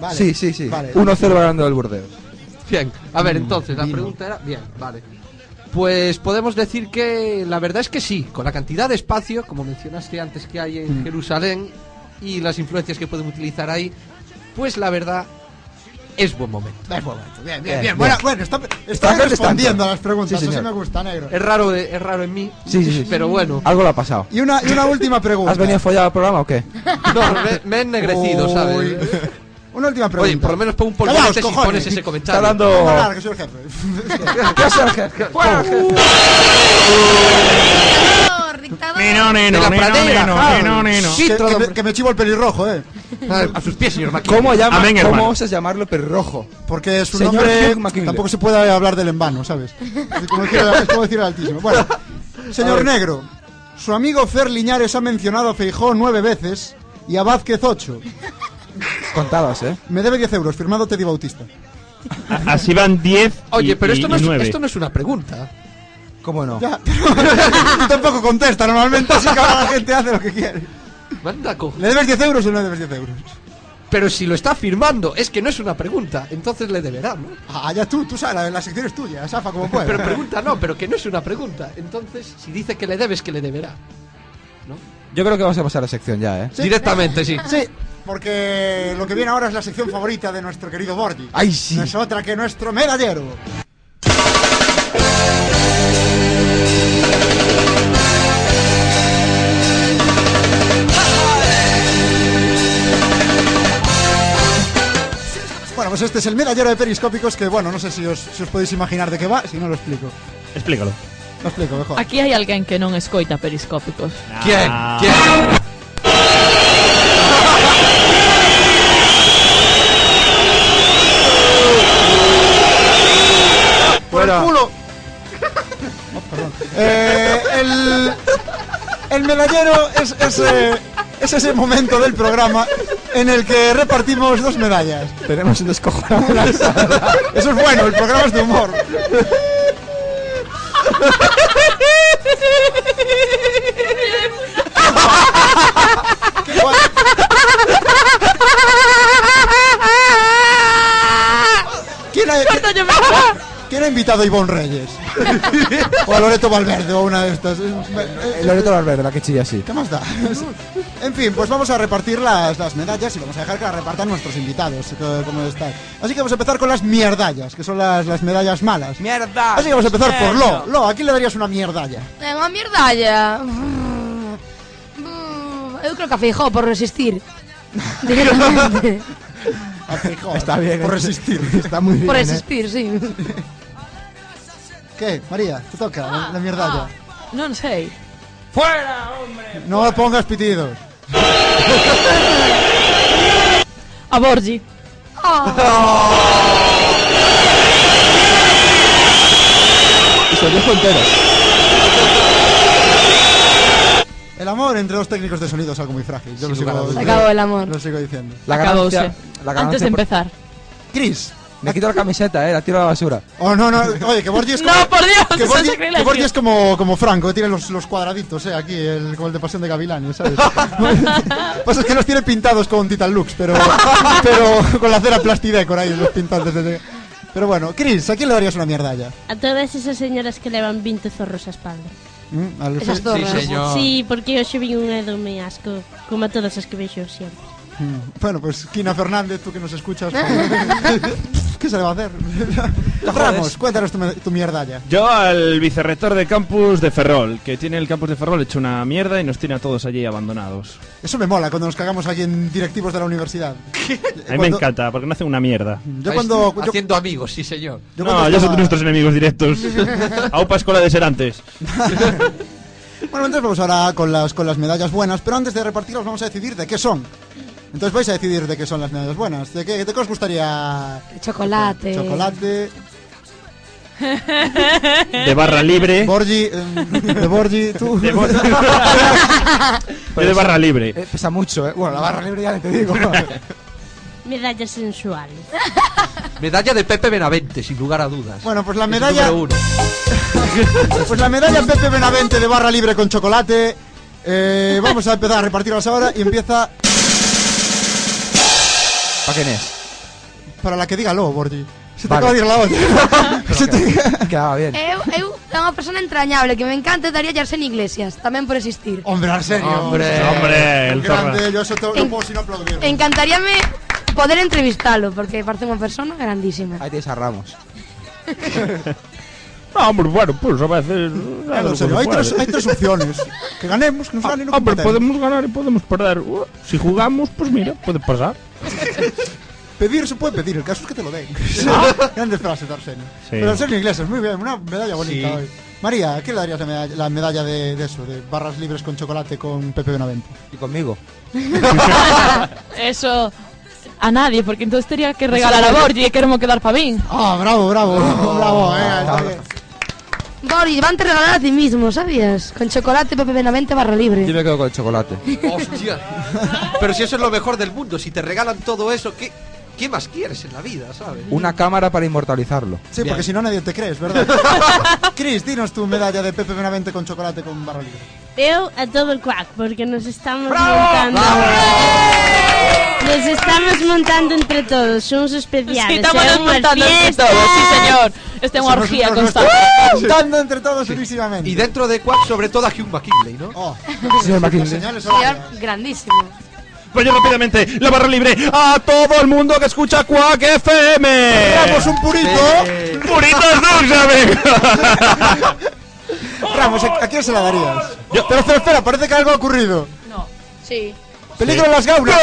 Speaker 1: Vale,
Speaker 4: Sí, sí, sí.
Speaker 5: vale.
Speaker 4: 1-0 ganando el Burdeos.
Speaker 5: Bien, a ver, entonces, la
Speaker 4: Vino.
Speaker 5: pregunta era... Bien, vale. Pues podemos decir que la verdad es que sí, con la cantidad de espacio, como mencionaste antes, que hay en
Speaker 1: Mm.
Speaker 5: Jerusalén y las influencias que pueden utilizar ahí, pues la verdad es buen momento.
Speaker 1: Es buen momento, bien,
Speaker 5: Bien,
Speaker 1: bien,
Speaker 5: bien.
Speaker 1: bien. Bueno, bueno, está, está
Speaker 5: contestando.
Speaker 1: respondiendo a las preguntas,
Speaker 5: Sí,
Speaker 1: eso
Speaker 5: señor.
Speaker 1: me gusta, negro.
Speaker 5: Es raro, de- es raro en mí,
Speaker 4: Sí, sí, sí.
Speaker 5: pero bueno.
Speaker 4: Algo le ha pasado.
Speaker 1: Y una, y una última pregunta.
Speaker 4: ¿Has venido a follar al programa o qué?
Speaker 5: No, me, me he ennegrecido,
Speaker 1: Ah. Uy.
Speaker 5: ¿sabes?
Speaker 1: Una última pregunta.
Speaker 5: Oye, por lo menos pon un
Speaker 1: Callaos,
Speaker 5: polvorete si
Speaker 1: cojones.
Speaker 5: pones ese comentario.
Speaker 1: Está dando- No, no, que soy el
Speaker 5: *laughs*
Speaker 1: jefe.
Speaker 9: Oh,
Speaker 10: Nino, nino,
Speaker 5: De la
Speaker 10: nino,
Speaker 5: pradera,
Speaker 10: nino, nino,
Speaker 5: claro.
Speaker 10: nino.
Speaker 1: Que, que me, que me chivo el pelirrojo, eh.
Speaker 5: Ah, A sus pies, señor McKinley.
Speaker 4: ¿Cómo, llama-
Speaker 10: Amén,
Speaker 4: ¿cómo
Speaker 10: hermano.
Speaker 4: osas llamarlo pelirrojo?
Speaker 1: Porque es un
Speaker 4: Señor
Speaker 1: nombre.
Speaker 4: Hugh McKinley.
Speaker 1: Tampoco se puede hablar del en vano, ¿sabes? Es como decir, es como decir al
Speaker 5: *laughs*
Speaker 1: altísimo. Bueno,
Speaker 5: A ver.
Speaker 1: señor Negro, su amigo Fer Liñares ha mencionado a Feijó nueve veces y a Vázquez ocho.
Speaker 4: Contadas, ¿eh?
Speaker 1: Me debe 10 euros, firmado Teddy Bautista.
Speaker 10: A- Así van 10.
Speaker 5: Oye, pero esto no, es,
Speaker 10: 9.
Speaker 5: esto no es una pregunta.
Speaker 4: ¿Cómo no?
Speaker 1: Ya, *laughs* pero- tampoco contesta, normalmente así que ahora la gente hace lo que quiere.
Speaker 5: Manda cojones.
Speaker 1: ¿Le debes 10 euros o no le debes 10 euros?
Speaker 5: Pero si lo está firmando, es que no es una pregunta. Entonces le deberá, ¿no?
Speaker 1: Ah, ya tú, tú sabes, la, la sección es tuya, zafa como puedes.
Speaker 5: Pero pregunta no, pero que no es una pregunta. Entonces, si dice que le debes, que le deberá.
Speaker 4: Yo creo que vamos a pasar a la sección ya, ¿eh?
Speaker 5: Directamente, sí.
Speaker 1: Sí, porque lo que viene ahora es la sección favorita de nuestro querido Borgi.
Speaker 4: Ay, sí.
Speaker 1: No es otra que nuestro medallero. Bueno, pues este es el medallero de periscópicos que, bueno, no sé si os, si os podéis imaginar de qué va, si no lo explico.
Speaker 10: Explícalo.
Speaker 1: Lo explico mejor.
Speaker 20: Aquí hai alguén que non escoita periscópicos.
Speaker 5: ¿Quién? ¿Quién?
Speaker 1: ¡Fuera! Eh, el, el medallero es ese, es ese momento del programa en el que repartimos dos medallas.
Speaker 4: Tenemos un descojonado en la sala.
Speaker 1: Eso es bueno, el programa es de humor.
Speaker 7: Ah!
Speaker 1: ¿Quién ha, ¿Quién ha invitado a Ivonne Reyes? o a Loreto Valverde o una de estas.
Speaker 5: Eh,
Speaker 4: El Loreto Valverde, la que chilla así.
Speaker 1: ¿Qué más da? *laughs* en fin, pues vamos a repartir las, las medallas y vamos a dejar que las repartan nuestros invitados, eh, como están. Así que vamos a empezar con las mierdallas, que son las, las medallas malas.
Speaker 4: ¡Mierda!
Speaker 1: Así que vamos a empezar por Lo. Lo, ¿a quién le darías una mierdalla?
Speaker 7: Tengo a mierda ya. Yo creo que a Feijó por resistir. Directamente.
Speaker 1: a Feijóo.
Speaker 21: Está bien,
Speaker 1: Ah, Por
Speaker 21: ¿eh?
Speaker 1: resistir. Está muy bien.
Speaker 7: Por
Speaker 1: ¿eh?
Speaker 7: existir, sí.
Speaker 1: ¿Qué? María, te toca la, la mierda ya.
Speaker 6: Non sei.
Speaker 4: ¡Fuera!
Speaker 1: No pongas pitidos.
Speaker 6: A Borgi.
Speaker 4: Y se lo dejo entero.
Speaker 1: El amor entre dos técnicos de sonido es algo muy frágil. Yo lo
Speaker 4: lugar a
Speaker 1: sigo,
Speaker 4: dudas.
Speaker 1: yo-
Speaker 4: Se acabó
Speaker 7: el amor.
Speaker 1: Lo sigo diciendo.
Speaker 6: Acabóse. Antes de
Speaker 4: por-
Speaker 6: empezar.
Speaker 1: Chris.
Speaker 4: Me quito la camiseta, eh, la tiro a la basura.
Speaker 1: Oh, no, no, oye,
Speaker 6: *laughs*
Speaker 1: que Borgi es como...
Speaker 6: ¡No, por Dios!
Speaker 1: Que
Speaker 6: es
Speaker 1: Borgi,
Speaker 6: sacrilegio.
Speaker 1: que Borgi es como, como Franco, que tiene los, los cuadraditos, eh, aquí, el, como el de Pasión de Gavilanes, ¿sabes?
Speaker 6: *laughs*
Speaker 1: Pasa es que los tiene pintados con Titan Lux, pero, pero con la cera plastidecor ahí, los pintantes. de- Pero bueno, Chris, ¿a quién le darías una mierda ya?
Speaker 9: A todas esas señoras que levan 20 zorros a espalda.
Speaker 1: ¿Mm? Al-
Speaker 9: Esas
Speaker 1: Sí,
Speaker 9: zorras.
Speaker 5: Ah.
Speaker 1: señor.
Speaker 9: Sí, porque hoxe vin unha e dome asco, como a todas as que vexo sempre.
Speaker 1: Mm, Bueno, pues Kina Fernández, tú que nos escuchas, pues, ¿qué se le va a hacer? Ramos, cuéntanos tu, me- tu mierda ya.
Speaker 10: Yo al vicerrector de campus de Ferrol, que tiene el campus de Ferrol hecho una mierda y nos tiene a todos allí abandonados.
Speaker 1: Eso me mola cuando nos cagamos aquí en directivos de la universidad. Eh,
Speaker 10: A mí me
Speaker 1: Cuando-
Speaker 10: encanta, porque no hace una mierda.
Speaker 1: Yo cuando- yo-
Speaker 5: Haciendo amigos, sí, señor.
Speaker 1: Yo
Speaker 10: no,
Speaker 1: cuando
Speaker 10: ya
Speaker 1: estaba-
Speaker 10: son nuestros enemigos directos. Aupa escuela de serantes.
Speaker 1: Bueno, entonces vamos ahora con las, con las medallas buenas, pero antes de repartirlas vamos a decidir de qué son. Entonces vais a decidir de qué son las medallas buenas. ¿De qué, de qué os gustaría?
Speaker 7: Chocolate.
Speaker 1: Chocolate,
Speaker 10: De barra libre.
Speaker 1: Borgi, eh, *laughs* de Borgi, tú.
Speaker 10: De Borgi. Yo de barra libre.
Speaker 4: Eh, pesa mucho, eh.
Speaker 1: Bueno, la barra libre ya ni
Speaker 10: *laughs*
Speaker 1: te digo.
Speaker 9: Medallas sensuales.
Speaker 5: Medalla de Pepe Benavente, sin lugar a dudas.
Speaker 1: Bueno, pues la
Speaker 5: Es
Speaker 1: medalla-
Speaker 5: número uno.
Speaker 1: Pues la medalla Pepe Benavente de barra libre con chocolate. Eh, vamos a empezar a repartirlas ahora y empieza
Speaker 4: ¿Para quién es?
Speaker 1: para la que diga luego, Borgi. Se te
Speaker 4: Vale.
Speaker 1: acaba de ir la otra. Se te-
Speaker 4: Quedaba bien.
Speaker 7: Eu, eu é unha persona entrañable que me encanta e daría a Arsene Iglesias, tamén por existir.
Speaker 1: Hombre, Arsenio.
Speaker 10: Hombre, Hombre, el
Speaker 1: grande,
Speaker 10: zorra.
Speaker 1: yo eso te- no puedo sino aplaudir.
Speaker 7: Encantaríame poder entrevistalo porque parece unha persona grandísima.
Speaker 4: Ahí tienes a Ramos.
Speaker 10: No, hombre, bueno, pues a veces.
Speaker 1: Claro, en serio, hay, tres, hay tres opciones. Que ganemos, que nos ganen o que
Speaker 10: ah, Hombre,
Speaker 1: empatemos.
Speaker 10: podemos ganar y podemos perder. Uh, Si jugamos, pues mira, puede pasar.
Speaker 1: Pedir se puede pedir, el caso es que te lo den.
Speaker 10: *laughs*
Speaker 1: Grandes frases de Arsenio.
Speaker 10: Sí.
Speaker 1: Pero Arsenio Iglesias, muy bien, una medalla bonita
Speaker 10: Sí.
Speaker 1: hoy. María, ¿a quién le darías la medalla, la medalla de, de eso, de barras libres con chocolate con Pepe Benavente?
Speaker 4: Y conmigo.
Speaker 6: Eso a nadie, porque entonces tenía que regalar a Borgi e queremos quedar pa min.
Speaker 1: Ah, bravo, *laughs* bravo, bravo, eh. está bien.
Speaker 7: Boris, van te regalar a ti mismo, sabías? Con chocolate Pepe Benavente barra
Speaker 4: Yo
Speaker 7: libre.
Speaker 4: me quedo con el chocolate.
Speaker 5: Hostia. Pero si eso es lo mejor del mundo, si te regalan todo eso, ¿qué, qué más quieres en la vida, sabes?
Speaker 4: Una cámara para inmortalizarlo.
Speaker 1: Sí, porque si no nadie te crees, ¿verdad? Chris, dinos tu medalla de Pepe Benavente con chocolate con barra libre.
Speaker 9: Eu a todo el cuac, porque nos estamos montando. Nos estamos montando entre todos, somos especiales.
Speaker 6: Sí, estamos
Speaker 9: é unhas
Speaker 6: montando entre
Speaker 9: fiestas.
Speaker 6: todos, sí, señor. Esta é unha
Speaker 1: Somos
Speaker 6: orgía
Speaker 1: nosotros,
Speaker 6: constante.
Speaker 1: nos estamos juntando entre todos unísimamente.
Speaker 5: Y dentro de Quack, sobre todo a Hugh McKinley, ¿no? *laughs*
Speaker 1: Oh,
Speaker 4: Señor
Speaker 1: las
Speaker 4: McKinley.
Speaker 1: señales
Speaker 7: Señor
Speaker 1: horarias.
Speaker 7: grandísimo.
Speaker 10: Vaya Pues rápidamente, la barra libre a todo el mundo que escucha Quack FM.
Speaker 1: Ramos, un purito.
Speaker 10: ¡Puritos Duxa, venga!
Speaker 1: Ramos, ¿a a quién se la darías? Pero espera, espera, parece que algo ha ocurrido.
Speaker 6: No, sí.
Speaker 1: ¡Peligro en las gaunas!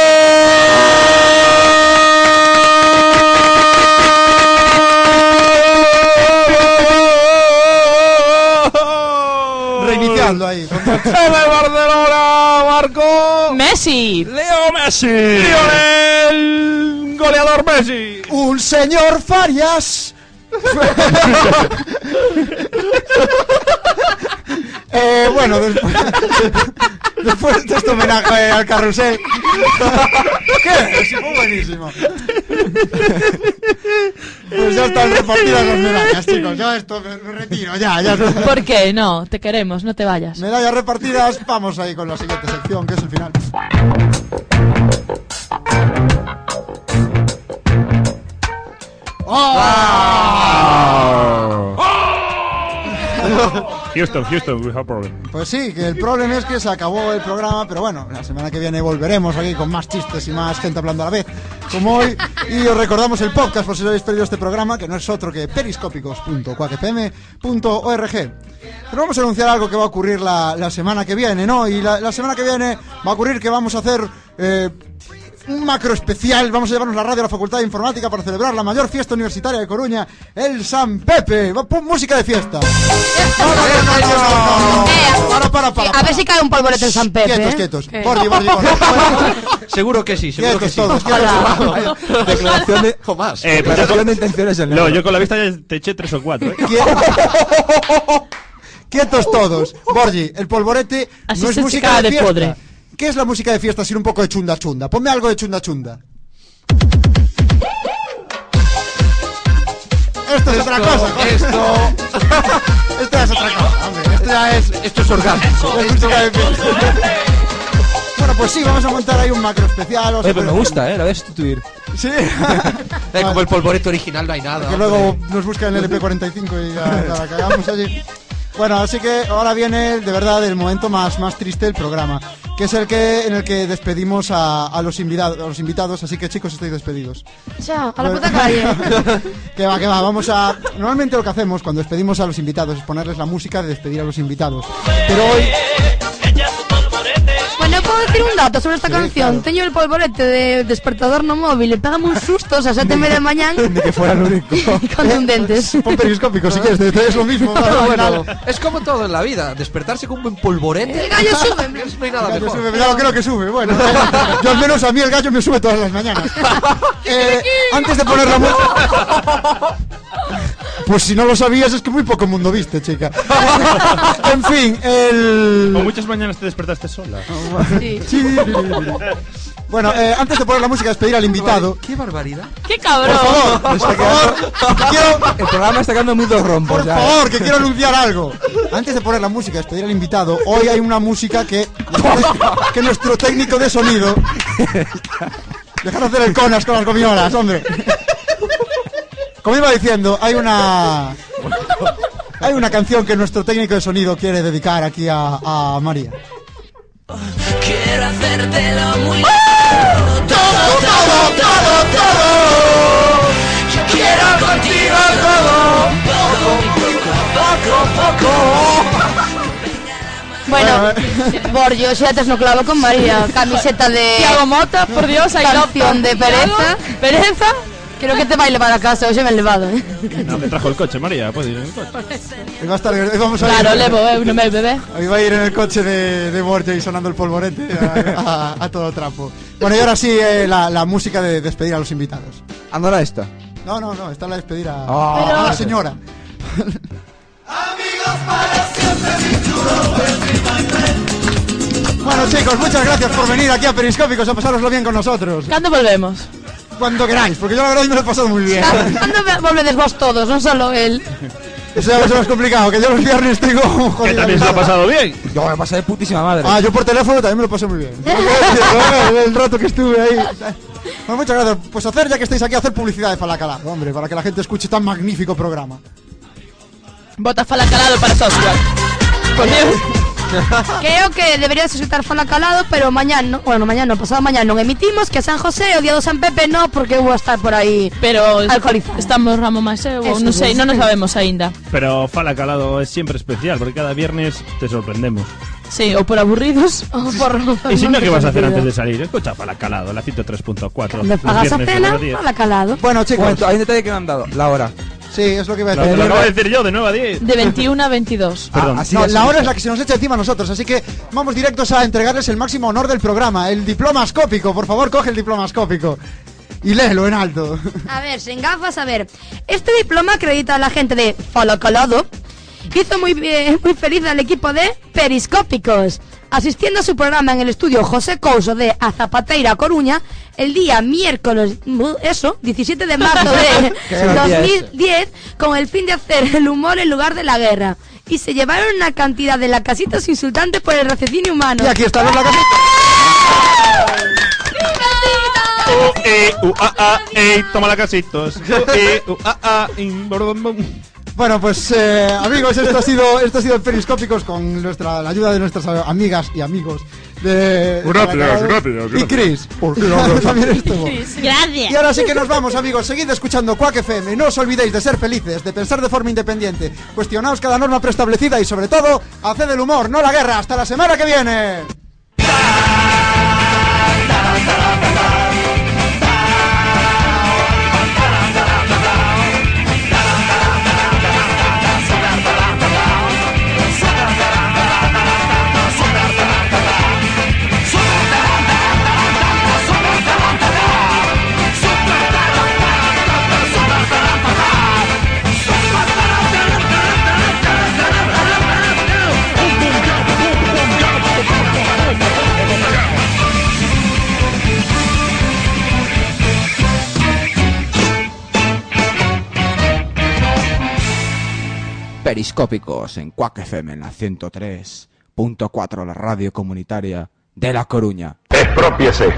Speaker 1: Reiniciando ahí.
Speaker 10: ¡El Barcelona marcó!
Speaker 6: Messi.
Speaker 10: ¡Leo Messi! ¡Lionel! ¡Goleador Messi!
Speaker 1: Un señor Farias. Eh, bueno, después, *laughs* después de este homenaje al carrusel. ¿Qué? Sí, fue buenísimo. Pues ya están repartidas las medallas, chicos. Yo esto me, me retiro, ya, ya.
Speaker 6: ¿Por qué? No, te queremos, no te vayas.
Speaker 1: Medallas repartidas, vamos ahí con la siguiente sección, que es el final.
Speaker 11: Houston, Houston, we have a problem.
Speaker 1: Pues sí, que el problema es que se acabó el programa, pero bueno, la semana que viene volveremos aquí con más chistes y más gente hablando a la vez, como hoy. Y os recordamos el podcast por si lo habéis perdido este programa, que no es otro que periscópicos.cuacfm.org. Pero vamos a anunciar algo que va a ocurrir la, la semana que viene, ¿no? Y la, la semana que viene va a ocurrir que vamos a hacer eh, un macro especial. Vamos a llevarnos la radio a la Facultad de Informática para celebrar la mayor fiesta universitaria de Coruña, el San Pepe. Va, pon música de fiesta. Para, para, para.
Speaker 7: Eh, A ver si cae un polvorete en San Pepe.
Speaker 1: Quietos,
Speaker 7: ¿eh?
Speaker 1: quietos. Bordi, bordi, bordi.
Speaker 7: *laughs*
Speaker 5: Seguro que sí, seguro que sí.
Speaker 1: Quietos todos, quietos.
Speaker 5: *laughs* Declaración de... Tomás.
Speaker 10: Eh, pero yo con-
Speaker 5: de intenciones en
Speaker 10: No, yo con la vista ya te eché tres o cuatro. ¿eh?
Speaker 1: Quietos todos. Borgi, el polvorete
Speaker 10: Así
Speaker 1: no es
Speaker 10: se
Speaker 1: música
Speaker 10: seca
Speaker 1: de,
Speaker 10: de
Speaker 1: fiesta.
Speaker 10: podre.
Speaker 1: ¿Qué es la música de fiesta sin un poco de chunda chunda? Ponme algo de chunda chunda. Esto es otra cosa. coño. *laughs* esto es otra cosa. hombre. Esto ya es esto es orgánico. bueno, pues sí, vamos a montar ahí un macro especial. vamos a
Speaker 4: Oye, pero me
Speaker 1: hacer-
Speaker 4: gusta, ¿eh? La voy a sustituir. *laughs*
Speaker 1: Sí.
Speaker 5: Eh, como el polvoreto original no hay nada.
Speaker 1: Que luego nos buscan el LP45 y ya, ya la cagamos allí. Bueno, así que ahora viene el- de verdad el momento más, más triste del programa, que es el que en el que despedimos a, a los invitados, a los invitados, así que chicos estáis despedidos.
Speaker 7: Chao, a la puta calle.
Speaker 1: *laughs* que va, que va, vamos a normalmente lo que hacemos cuando despedimos a los invitados es ponerles la música de despedir a los invitados. Pero hoy
Speaker 7: Bueno, puedo decir un dato sobre esta canción. Teño el polvorete de despertador no móvil, le pegamos un susto a las 7 y media de mañana
Speaker 1: ni que fuera el único. Eh, pues,
Speaker 7: contundentes.
Speaker 1: Pon periscópico si quieres, es lo mismo.
Speaker 5: Al
Speaker 1: bueno.
Speaker 5: final, Es como todo en la vida, despertarse con un buen polvorete.
Speaker 4: Eh,
Speaker 7: El gallo sube,
Speaker 5: No hay nada
Speaker 1: El gallo
Speaker 5: mejor.
Speaker 1: sube, claro, creo que sube. Bueno, yo al menos a mí el gallo me sube todas las mañanas. Eh, antes de poner la música. Pues si no lo sabías, es que muy poco mundo viste, chica. en fin, el.
Speaker 10: O muchas mañanas te despertaste sola.
Speaker 7: Ah,
Speaker 1: Sí. Sí. Bueno, eh, antes de poner la música, despedir al invitado.
Speaker 5: ¡Qué barbaridad!
Speaker 6: ¡Qué cabrón!
Speaker 1: Por favor, quiero-
Speaker 4: El programa está quedando muy dos rompos. ¿eh?
Speaker 1: Por favor, que quiero anunciar algo. Antes de poner la música, despedir al invitado, hoy hay una música que, que nuestro técnico de sonido. Dejar hacer el conas con las gominolas, hombre. Como iba diciendo, hay una. Hay una canción que nuestro técnico de sonido quiere dedicar aquí a, a María.
Speaker 8: Quiero hacértelo muy
Speaker 1: ¡Ah! todo, todo,
Speaker 8: todo, todo. Yo quiero contigo todo. Poco, poco, poco.
Speaker 7: Bueno, Borjo, si antes no clavo con María, camiseta de.
Speaker 6: Tiago Mota, por Dios, I love
Speaker 7: Canción de
Speaker 6: Tiago.
Speaker 7: pereza. ¿Pereza? Quiero que te baile para casa, hoy se me he elevado, ¿eh?
Speaker 10: No, te trajo el coche, María. Puedes ir en el coche.
Speaker 7: Ah,
Speaker 1: Hoy va a estar- hoy vamos a ir-
Speaker 6: Claro, levo, eh, no me bebé.
Speaker 1: Hoy va a ir en el coche de, de Borja y sonando el polvorete a, a- a todo trapo. Bueno, y ahora sí, eh, la, la música de despedir a los invitados.
Speaker 4: Andará esta.
Speaker 1: No, no, no, está la despedir a,
Speaker 4: Ah.
Speaker 1: a la
Speaker 4: Pero-
Speaker 1: señora. Bueno, chicos, muchas gracias por venir aquí a Periscópicos a pasároslo bien con nosotros.
Speaker 6: ¿Cuándo volvemos?
Speaker 1: Cuando queráis, porque yo la verdad me lo he pasado muy
Speaker 4: *laughs*
Speaker 1: bien.
Speaker 7: ¿Cuándo ve- volvedes vos todos, no solo él?
Speaker 1: Eso ya va a ser más complicado, que yo los viernes tengo jodido.
Speaker 10: bien.
Speaker 4: Yo me pasé de putísima madre.
Speaker 1: Ah, yo por teléfono también me lo pasé muy bien. El rato que estuve ahí. Bueno, muchas gracias. Pues hacer, ya que estáis aquí, hacer publicidad de Falacalá, hombre, para que la gente escuche tan magnífico programa.
Speaker 6: Bota falacalado para social. Por Dios.
Speaker 7: Creo que deberías escuchar Fala Calado, pero mañana, no- bueno, mañana, no, pasado mañana no emitimos, que San José, odiado San Pepe, no, porque vou a estar por aí
Speaker 6: Pero
Speaker 7: alcoholizado.
Speaker 6: estamos Ramo Maseu, ou non sei, non nos sabemos aínda.
Speaker 10: Pero Fala Calado es siempre especial, porque cada viernes te sorprendemos.
Speaker 6: Sí, ou por aburridos.
Speaker 7: Ou por...
Speaker 10: *laughs* Y si no, ¿qué vas a hacer antes de salir? Escucha Fala Calado, la 103.4.
Speaker 7: Me
Speaker 10: los
Speaker 7: pagas
Speaker 10: viernes
Speaker 7: a
Speaker 10: todos
Speaker 7: cena,
Speaker 10: los días.
Speaker 7: Fala Calado.
Speaker 1: Bueno, chicos.
Speaker 4: Momento, hay un detalle que me han dado. La hora.
Speaker 1: Sí, es lo que iba a
Speaker 10: Lo,
Speaker 1: decir.
Speaker 10: lo acabo de decir yo, de 9 a 10.
Speaker 6: De 21 a 22.
Speaker 4: Ah,
Speaker 10: Perdón.
Speaker 1: No, la hora es la que se nos echa encima a nosotros, así que vamos directos a entregarles el máximo honor del programa, el diplomascópico. Por favor, coge el diplomascópico y léelo en alto.
Speaker 7: A ver, sin gafas, a ver. Este diploma acredita a la gente de Falacalado. Hizo muy, bien- muy feliz al equipo de Periscópicos. Asistiendo a su programa en el estudio José Couso de Azapateira, Coruña, el día miércoles, mu- eso, 17 de marzo
Speaker 1: *laughs*
Speaker 8: Qué
Speaker 7: de
Speaker 8: gracia
Speaker 7: 2010, con el fin de hacer el humor en lugar de la guerra. Y se llevaron una cantidad de lacasitos insultantes por el raciocinio humano.
Speaker 1: Y aquí está la casita.
Speaker 10: U, e, u, a, a, e, toma la casitos. U, e, u, a, a, in, bor, bom, bom.
Speaker 1: Bueno, pues eh, amigos, esto ha sido esto ha sido Periscópicos con nuestra la ayuda de nuestras amigas y amigos de
Speaker 8: Gracias,
Speaker 1: Caracol.
Speaker 8: gracias, gracias.
Speaker 1: Y Chris,
Speaker 8: ¿Por
Speaker 1: *laughs*
Speaker 8: qué no hablas
Speaker 1: también
Speaker 8: así?
Speaker 1: estuvo.
Speaker 9: Gracias.
Speaker 1: Y ahora sí que nos vamos, amigos. Seguid escuchando Quack FM. No os olvidéis de ser felices, de pensar de forma independiente. Cuestionaos cada norma preestablecida y, sobre todo, haced el humor, no la guerra. ¡Hasta la semana que viene!
Speaker 4: periscópicos en Quack FM en la 103.4, la radio comunitaria de La Coruña.
Speaker 2: Expropiese.